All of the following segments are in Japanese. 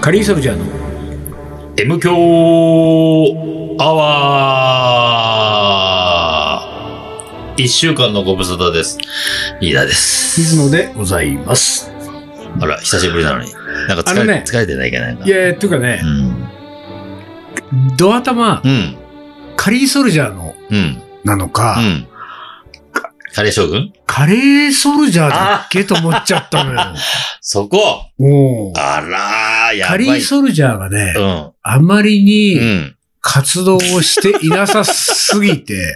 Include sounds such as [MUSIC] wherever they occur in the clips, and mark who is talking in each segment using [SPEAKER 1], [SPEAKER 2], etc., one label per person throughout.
[SPEAKER 1] カリーソルジャーの
[SPEAKER 2] M 強アワー一週間のご無沙汰です。リーダーです。
[SPEAKER 1] 水野でございます。
[SPEAKER 2] あら、久しぶりなのに。なんか
[SPEAKER 1] あ
[SPEAKER 2] 疲
[SPEAKER 1] の
[SPEAKER 2] れ,、
[SPEAKER 1] ね
[SPEAKER 2] 疲れてないかないか。
[SPEAKER 1] いや、というかね
[SPEAKER 2] う、ん。
[SPEAKER 1] ドア玉
[SPEAKER 2] う、ん。
[SPEAKER 1] カリーソルジャーの
[SPEAKER 2] うん。
[SPEAKER 1] なのか
[SPEAKER 2] う、ん。カレー将軍
[SPEAKER 1] カレーソルジャーだっけと思っちゃったのよ。
[SPEAKER 2] そこ
[SPEAKER 1] おう
[SPEAKER 2] あらー、や
[SPEAKER 1] カ
[SPEAKER 2] ばい。
[SPEAKER 1] リーソルジャーがね、
[SPEAKER 2] うん。
[SPEAKER 1] あまり
[SPEAKER 2] う
[SPEAKER 1] に
[SPEAKER 2] ん。
[SPEAKER 1] 活動をしていなさすぎ
[SPEAKER 2] [LAUGHS]
[SPEAKER 1] て、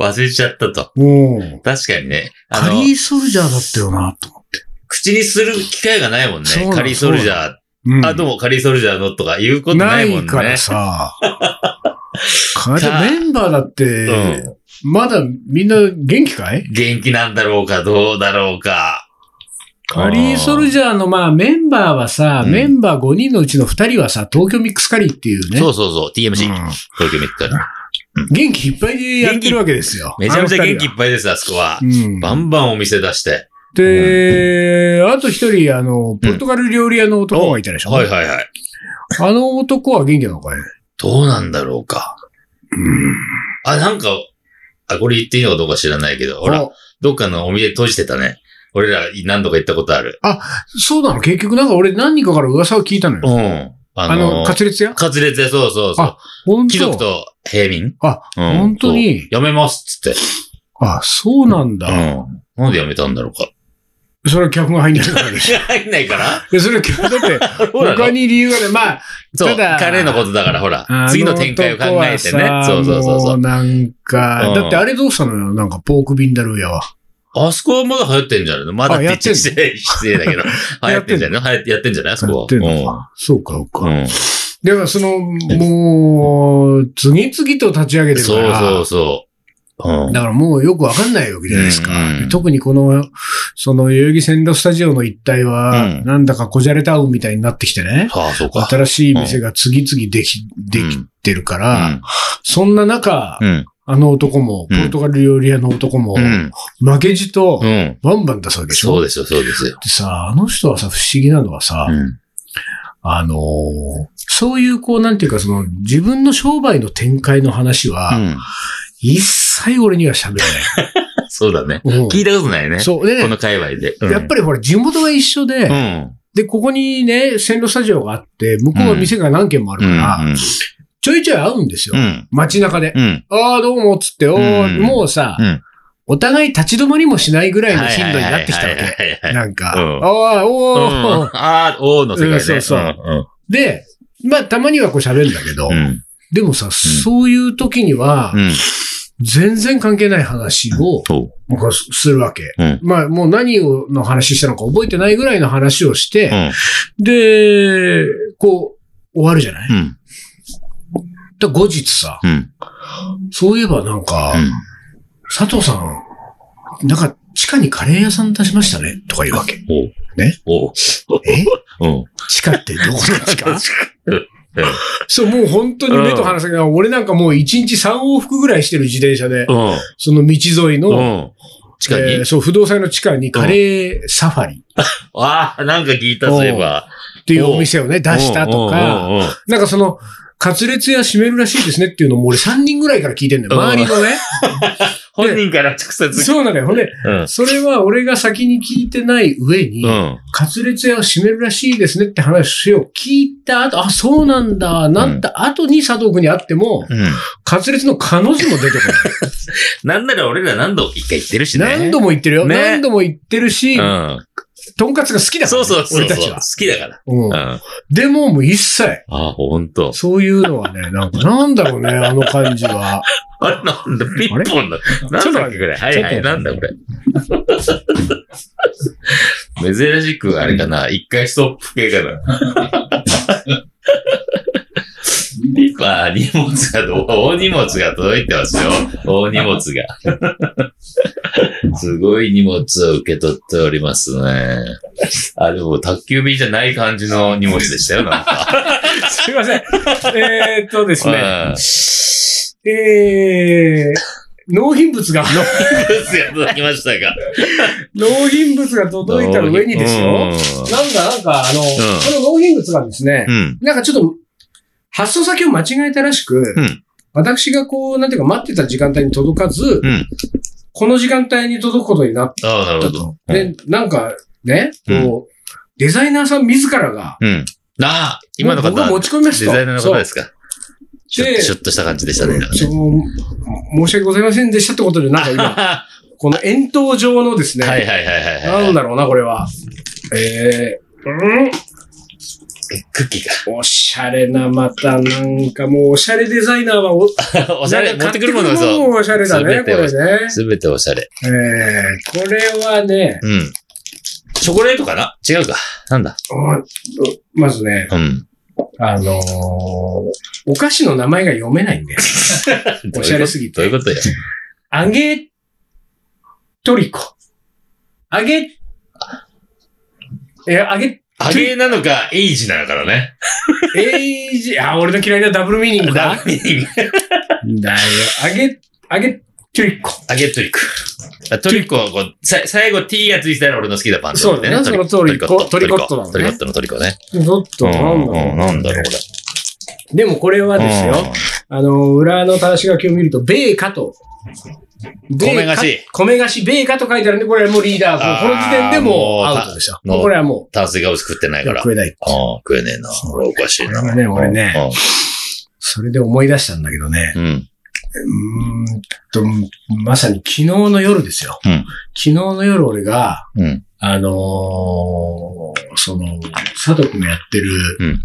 [SPEAKER 2] 忘れちゃったと。
[SPEAKER 1] おう
[SPEAKER 2] 確かにね。あ
[SPEAKER 1] カ
[SPEAKER 2] の、
[SPEAKER 1] リーソルジャーだったよな、と思って。
[SPEAKER 2] 口にする機会がないもんね
[SPEAKER 1] そうな。の
[SPEAKER 2] カリーソルジャー。
[SPEAKER 1] うん
[SPEAKER 2] あ、どうもカリーソルジャーのとか言うこと
[SPEAKER 1] な
[SPEAKER 2] ないもん
[SPEAKER 1] い
[SPEAKER 2] ね。
[SPEAKER 1] から
[SPEAKER 2] [LAUGHS]
[SPEAKER 1] さ。カリ
[SPEAKER 2] さあ
[SPEAKER 1] メンバーだって、
[SPEAKER 2] うん
[SPEAKER 1] まだみんな元気かい
[SPEAKER 2] 元気なんだろうか、どうだろうか。
[SPEAKER 1] カリーソルジャーのまあメンバーはさ、
[SPEAKER 2] うん
[SPEAKER 1] メンバー5人のうちの2人はさ、東京ミックスカリーっていうね。
[SPEAKER 2] そうそうそう、TMC、
[SPEAKER 1] うん
[SPEAKER 2] 東京メッカリ。
[SPEAKER 1] 元気いっぱいでやってるわけですよ。
[SPEAKER 2] めちゃめちゃ元気い
[SPEAKER 1] あ
[SPEAKER 2] っぱいです、あそこは。
[SPEAKER 1] の二人は。
[SPEAKER 2] バ
[SPEAKER 1] うん。
[SPEAKER 2] ンバンお店出して。
[SPEAKER 1] で、あと一人、あの、ポルトガル料理屋の男がいたでしょ、
[SPEAKER 2] はいはいはい。
[SPEAKER 1] あの男は元気なのかい
[SPEAKER 2] どうなんだろうか。あ、なんか、あ、これ言っていいのかどうか知らないけど、ほら、
[SPEAKER 1] あ
[SPEAKER 2] どっかのお店閉じてたね。俺ら何度か行ったことある。
[SPEAKER 1] そうなの結局なんか俺何人かから噂を聞いたの
[SPEAKER 2] う
[SPEAKER 1] よ。
[SPEAKER 2] ん。あ
[SPEAKER 1] あの、
[SPEAKER 2] の、
[SPEAKER 1] カツレツ屋
[SPEAKER 2] カツレツで、そうそうそう
[SPEAKER 1] あ。本当
[SPEAKER 2] 貴族と平民
[SPEAKER 1] あ、
[SPEAKER 2] うん
[SPEAKER 1] 本当に
[SPEAKER 2] そうやめますっつって。
[SPEAKER 1] あ、そうなんだ。
[SPEAKER 2] うん。なんでやめたんだろうか。
[SPEAKER 1] それは客 [LAUGHS] が入んないからで
[SPEAKER 2] [LAUGHS]
[SPEAKER 1] しょ。
[SPEAKER 2] 入んないかない
[SPEAKER 1] やそれは客だ
[SPEAKER 2] [LAUGHS]
[SPEAKER 1] って、
[SPEAKER 2] ほら
[SPEAKER 1] 他に理由がね、まあ、
[SPEAKER 2] そう、
[SPEAKER 1] ただ
[SPEAKER 2] 彼のことだから、ほら
[SPEAKER 1] あ、
[SPEAKER 2] 次の展開を考えてね
[SPEAKER 1] の男。はさ
[SPEAKER 2] そうそうそうそ
[SPEAKER 1] もう
[SPEAKER 2] う。
[SPEAKER 1] なんか、
[SPEAKER 2] うん
[SPEAKER 1] だってあれどうしたのよなんか、ポークビンダルーヤは。
[SPEAKER 2] あそこはまだ流行ってんじゃないのまだって言っち
[SPEAKER 1] あ
[SPEAKER 2] ゃ
[SPEAKER 1] や
[SPEAKER 2] 失礼失礼だけど。
[SPEAKER 1] [LAUGHS]
[SPEAKER 2] 流行ってんじゃないの流行ってやってんじゃないあそこ
[SPEAKER 1] や
[SPEAKER 2] は。
[SPEAKER 1] ってんのか。そうか、そう
[SPEAKER 2] う
[SPEAKER 1] か。
[SPEAKER 2] ん。うん
[SPEAKER 1] だから、その、もう、次々と立ち上げてるか
[SPEAKER 2] そう
[SPEAKER 1] ら。
[SPEAKER 2] そうそう。うん
[SPEAKER 1] だからもうよくわかんないわけじゃないですか。
[SPEAKER 2] うんうん
[SPEAKER 1] 特にこの、その、代々木線路スタジオの一帯は、
[SPEAKER 2] うん
[SPEAKER 1] なんだかこじゃれタウンみたいになってきてね。
[SPEAKER 2] ああ、そうか。
[SPEAKER 1] 新しい店が次々でき、できてるから、そんな中、
[SPEAKER 2] うん。
[SPEAKER 1] あの男も、ポ
[SPEAKER 2] うん
[SPEAKER 1] ルトガル料理屋の男も、
[SPEAKER 2] うん。
[SPEAKER 1] 負けじと
[SPEAKER 2] う、ん。
[SPEAKER 1] バンバン出すわけでしょ、
[SPEAKER 2] そうですよ、そうですよ。
[SPEAKER 1] でさ、あの人はさ、不思議なのはさ、
[SPEAKER 2] うん。
[SPEAKER 1] あのーそういうこう、なんていうか、その、自分の商売の展開の話は、
[SPEAKER 2] うん
[SPEAKER 1] 一切俺には喋れ
[SPEAKER 2] そうだね。 [LAUGHS]
[SPEAKER 1] ない。うん
[SPEAKER 2] 聞いたことないね。
[SPEAKER 1] そう。で
[SPEAKER 2] こ
[SPEAKER 1] ね
[SPEAKER 2] の、界隈で。うん
[SPEAKER 1] やっぱりほら、地元が一緒で、
[SPEAKER 2] うん。
[SPEAKER 1] で、ここにね、線路スタジオがあって、向こうは店が何軒もある
[SPEAKER 2] う
[SPEAKER 1] から、
[SPEAKER 2] ん。
[SPEAKER 1] ちょいちょい会うんですよ。
[SPEAKER 2] うん。
[SPEAKER 1] 街中で。
[SPEAKER 2] うん。
[SPEAKER 1] ああ、どうも、つって、おー
[SPEAKER 2] うん
[SPEAKER 1] もうさ、
[SPEAKER 2] うん
[SPEAKER 1] お互い立ち止まりもしないぐらいの頻度になってきたわ
[SPEAKER 2] はい
[SPEAKER 1] け。
[SPEAKER 2] はいはいはいはい
[SPEAKER 1] なんか、
[SPEAKER 2] うん
[SPEAKER 1] ああ、
[SPEAKER 2] う
[SPEAKER 1] おー、
[SPEAKER 2] んああ、王の世界ね。
[SPEAKER 1] うんそうそうんで、まあ、たまにはこう喋るんだけど、
[SPEAKER 2] うん。うん
[SPEAKER 1] でもさ、そういう時には
[SPEAKER 2] う、ん。
[SPEAKER 1] 全然関係ない話を、
[SPEAKER 2] そう。
[SPEAKER 1] 僕はするわけ。
[SPEAKER 2] うん
[SPEAKER 1] まあ、もう何をの話したのか覚えてないぐらいの話をし
[SPEAKER 2] う
[SPEAKER 1] て、
[SPEAKER 2] ん。
[SPEAKER 1] で、こう、終わるじゃない
[SPEAKER 2] うん。
[SPEAKER 1] だ後日さ、
[SPEAKER 2] うん。
[SPEAKER 1] そういえばなんか、
[SPEAKER 2] うん
[SPEAKER 1] 佐藤さん、なんか、地下にカレー屋さん出しましたね、とか言うわけ。
[SPEAKER 2] おう。
[SPEAKER 1] ね
[SPEAKER 2] おう。
[SPEAKER 1] え
[SPEAKER 2] うん。
[SPEAKER 1] 地下ってどこの地下
[SPEAKER 2] [LAUGHS] うん
[SPEAKER 1] そう、もう本当に目と鼻先が、俺なんかもう1日3往復ぐらいしてる自転車で、
[SPEAKER 2] うん。
[SPEAKER 1] その道沿いの、
[SPEAKER 2] うん。近くに、
[SPEAKER 1] えーそう、不動産の地下にカレーサファリ
[SPEAKER 2] ああ、なんか聞いた、そういえば。
[SPEAKER 1] っていうお店をね、出したとか、
[SPEAKER 2] うん。うん
[SPEAKER 1] なんかその、カツレツ屋閉めるらしいですねっていうのも俺3人ぐらいから聞いてんだよ。周りの
[SPEAKER 2] [LAUGHS]
[SPEAKER 1] ね。
[SPEAKER 2] 本人から直接。
[SPEAKER 1] そうなのよ。ほんで、
[SPEAKER 2] うん。
[SPEAKER 1] それは俺が先に聞いてない上に、
[SPEAKER 2] うん。
[SPEAKER 1] カツレツ屋を閉めるらしいですねって話を聞いた後、あ、そうなんだ、なった後に佐藤くんに会っても、
[SPEAKER 2] うん。
[SPEAKER 1] カツレツの彼女も出てこ
[SPEAKER 2] なんなら俺ら何度一回言ってるしね。
[SPEAKER 1] ない。何度も言ってるよ。
[SPEAKER 2] ね
[SPEAKER 1] 何度も言ってるし、
[SPEAKER 2] うん。
[SPEAKER 1] とんかつが好きだから
[SPEAKER 2] そ
[SPEAKER 1] ね、
[SPEAKER 2] うそうそう。
[SPEAKER 1] 俺たち
[SPEAKER 2] そう
[SPEAKER 1] は
[SPEAKER 2] 好。きだから。
[SPEAKER 1] う
[SPEAKER 2] うんん。あ
[SPEAKER 1] でも、もう一切、
[SPEAKER 2] あ、ほんと。
[SPEAKER 1] そういうのはね、なんか、なんだろうね、あの感じは。
[SPEAKER 2] あれなんだ、ピッポンだ。
[SPEAKER 1] ち
[SPEAKER 2] な
[SPEAKER 1] ょっと待って
[SPEAKER 2] んだっけこれ。はいは
[SPEAKER 1] ちょ
[SPEAKER 2] い、
[SPEAKER 1] っと
[SPEAKER 2] なんだこれ。珍しく、あれかな。一回ストップ系かな。リパー、荷物がどう、大荷物が届いてますよ。大荷物が。すごい荷物を受け取っておりますね。あ、でも、宅急便じゃない感じの荷物でしたよ、なんか。
[SPEAKER 1] [LAUGHS] すいません。えーっとですね、
[SPEAKER 2] うん
[SPEAKER 1] えー、納品物
[SPEAKER 2] [LAUGHS]
[SPEAKER 1] が、
[SPEAKER 2] 物が届きましたか。
[SPEAKER 1] 納品物が届いた上にですよ。なんか、なんか、あの、この納品物がですね、
[SPEAKER 2] うん。うん。
[SPEAKER 1] なんかちょっと、発送先を間違えたらしく、
[SPEAKER 2] うん
[SPEAKER 1] 私がこう、なんていうか待ってた時間帯に届かず、
[SPEAKER 2] うん
[SPEAKER 1] この時間帯に届くことになっ
[SPEAKER 2] ああ、なる
[SPEAKER 1] た
[SPEAKER 2] ほど
[SPEAKER 1] と。。で、なんかね、こう、デザイナーさん自らが、
[SPEAKER 2] うん。ああ、今の
[SPEAKER 1] もう
[SPEAKER 2] 方、
[SPEAKER 1] 僕が
[SPEAKER 2] デ
[SPEAKER 1] 持ち込みますと。
[SPEAKER 2] ザイナーの方ですか。
[SPEAKER 1] そ
[SPEAKER 2] シ
[SPEAKER 1] う
[SPEAKER 2] ュ
[SPEAKER 1] で
[SPEAKER 2] ッシュッとした感じでしたね。
[SPEAKER 1] そう申し訳ございませんでしたってことで、なんか今、
[SPEAKER 2] [LAUGHS] は
[SPEAKER 1] この円筒状のです
[SPEAKER 2] い
[SPEAKER 1] ね、
[SPEAKER 2] はいはいはいはい。
[SPEAKER 1] なんだろうな、これは。えー、うん
[SPEAKER 2] クッキ
[SPEAKER 1] おしゃれな、また、なんかもう、おしゃれデザイナーはお、
[SPEAKER 2] ー [LAUGHS] が。おしゃれ、
[SPEAKER 1] なん
[SPEAKER 2] 持
[SPEAKER 1] か
[SPEAKER 2] ってくるものが
[SPEAKER 1] 買ってくる
[SPEAKER 2] そう。
[SPEAKER 1] もおしゃれだね、
[SPEAKER 2] 全
[SPEAKER 1] こ
[SPEAKER 2] て
[SPEAKER 1] れ
[SPEAKER 2] お
[SPEAKER 1] ね。
[SPEAKER 2] すべておしゃれ。
[SPEAKER 1] えー、これはね、
[SPEAKER 2] うん。チョコレートかな違うか。なんだ。
[SPEAKER 1] うんまずね、
[SPEAKER 2] うん。
[SPEAKER 1] あのーお菓子の名前が読めないんで、 [LAUGHS] おしゃれすぎ
[SPEAKER 2] どうい
[SPEAKER 1] て
[SPEAKER 2] う。ことよ。
[SPEAKER 1] [LAUGHS] 揚げトリコ。揚げ、え、揚げ、
[SPEAKER 2] 揚げなのか、エイジなのかだ
[SPEAKER 1] [LAUGHS]
[SPEAKER 2] ね。
[SPEAKER 1] えいじ、あ、俺の嫌いなダブルミーニング
[SPEAKER 2] [LAUGHS]
[SPEAKER 1] だ。
[SPEAKER 2] ダブルミーニング
[SPEAKER 1] だよ。揚げ、揚げトリコ。
[SPEAKER 2] 揚げトリック。あトリックはこう、さ最後 T がついてたら俺の好きなバンドだよ
[SPEAKER 1] そうだねそのトリコ
[SPEAKER 2] トリコ
[SPEAKER 1] トリコッ
[SPEAKER 2] ッ
[SPEAKER 1] トだ
[SPEAKER 2] ト
[SPEAKER 1] ね
[SPEAKER 2] トリコットのトリコね。
[SPEAKER 1] ちょっと、なんだろう
[SPEAKER 2] うんなんだろう、これ。
[SPEAKER 1] でもこれはですよ、あの、裏の正し書きを見ると、米菓と、
[SPEAKER 2] 米菓子
[SPEAKER 1] 米米菓子、米菓と書いてあるんで、これはもうリーダ
[SPEAKER 2] あ
[SPEAKER 1] ーズ、
[SPEAKER 2] ー
[SPEAKER 1] この時点でもう
[SPEAKER 2] もう
[SPEAKER 1] アウトでした。
[SPEAKER 2] もう
[SPEAKER 1] これはも
[SPEAKER 2] 炭水化物食ってな
[SPEAKER 1] う、
[SPEAKER 2] いから。あ
[SPEAKER 1] 食えない。
[SPEAKER 2] あ、食えねえな。これおかしい
[SPEAKER 1] これ
[SPEAKER 2] な。
[SPEAKER 1] はね俺ね
[SPEAKER 2] うん。
[SPEAKER 1] それで思い出したんだけどね、
[SPEAKER 2] うん。
[SPEAKER 1] うーんと、まさに昨日の夜ですよ。
[SPEAKER 2] うん
[SPEAKER 1] 昨日の夜俺が、
[SPEAKER 2] うん。
[SPEAKER 1] あのーその、佐藤君がやってる、
[SPEAKER 2] うん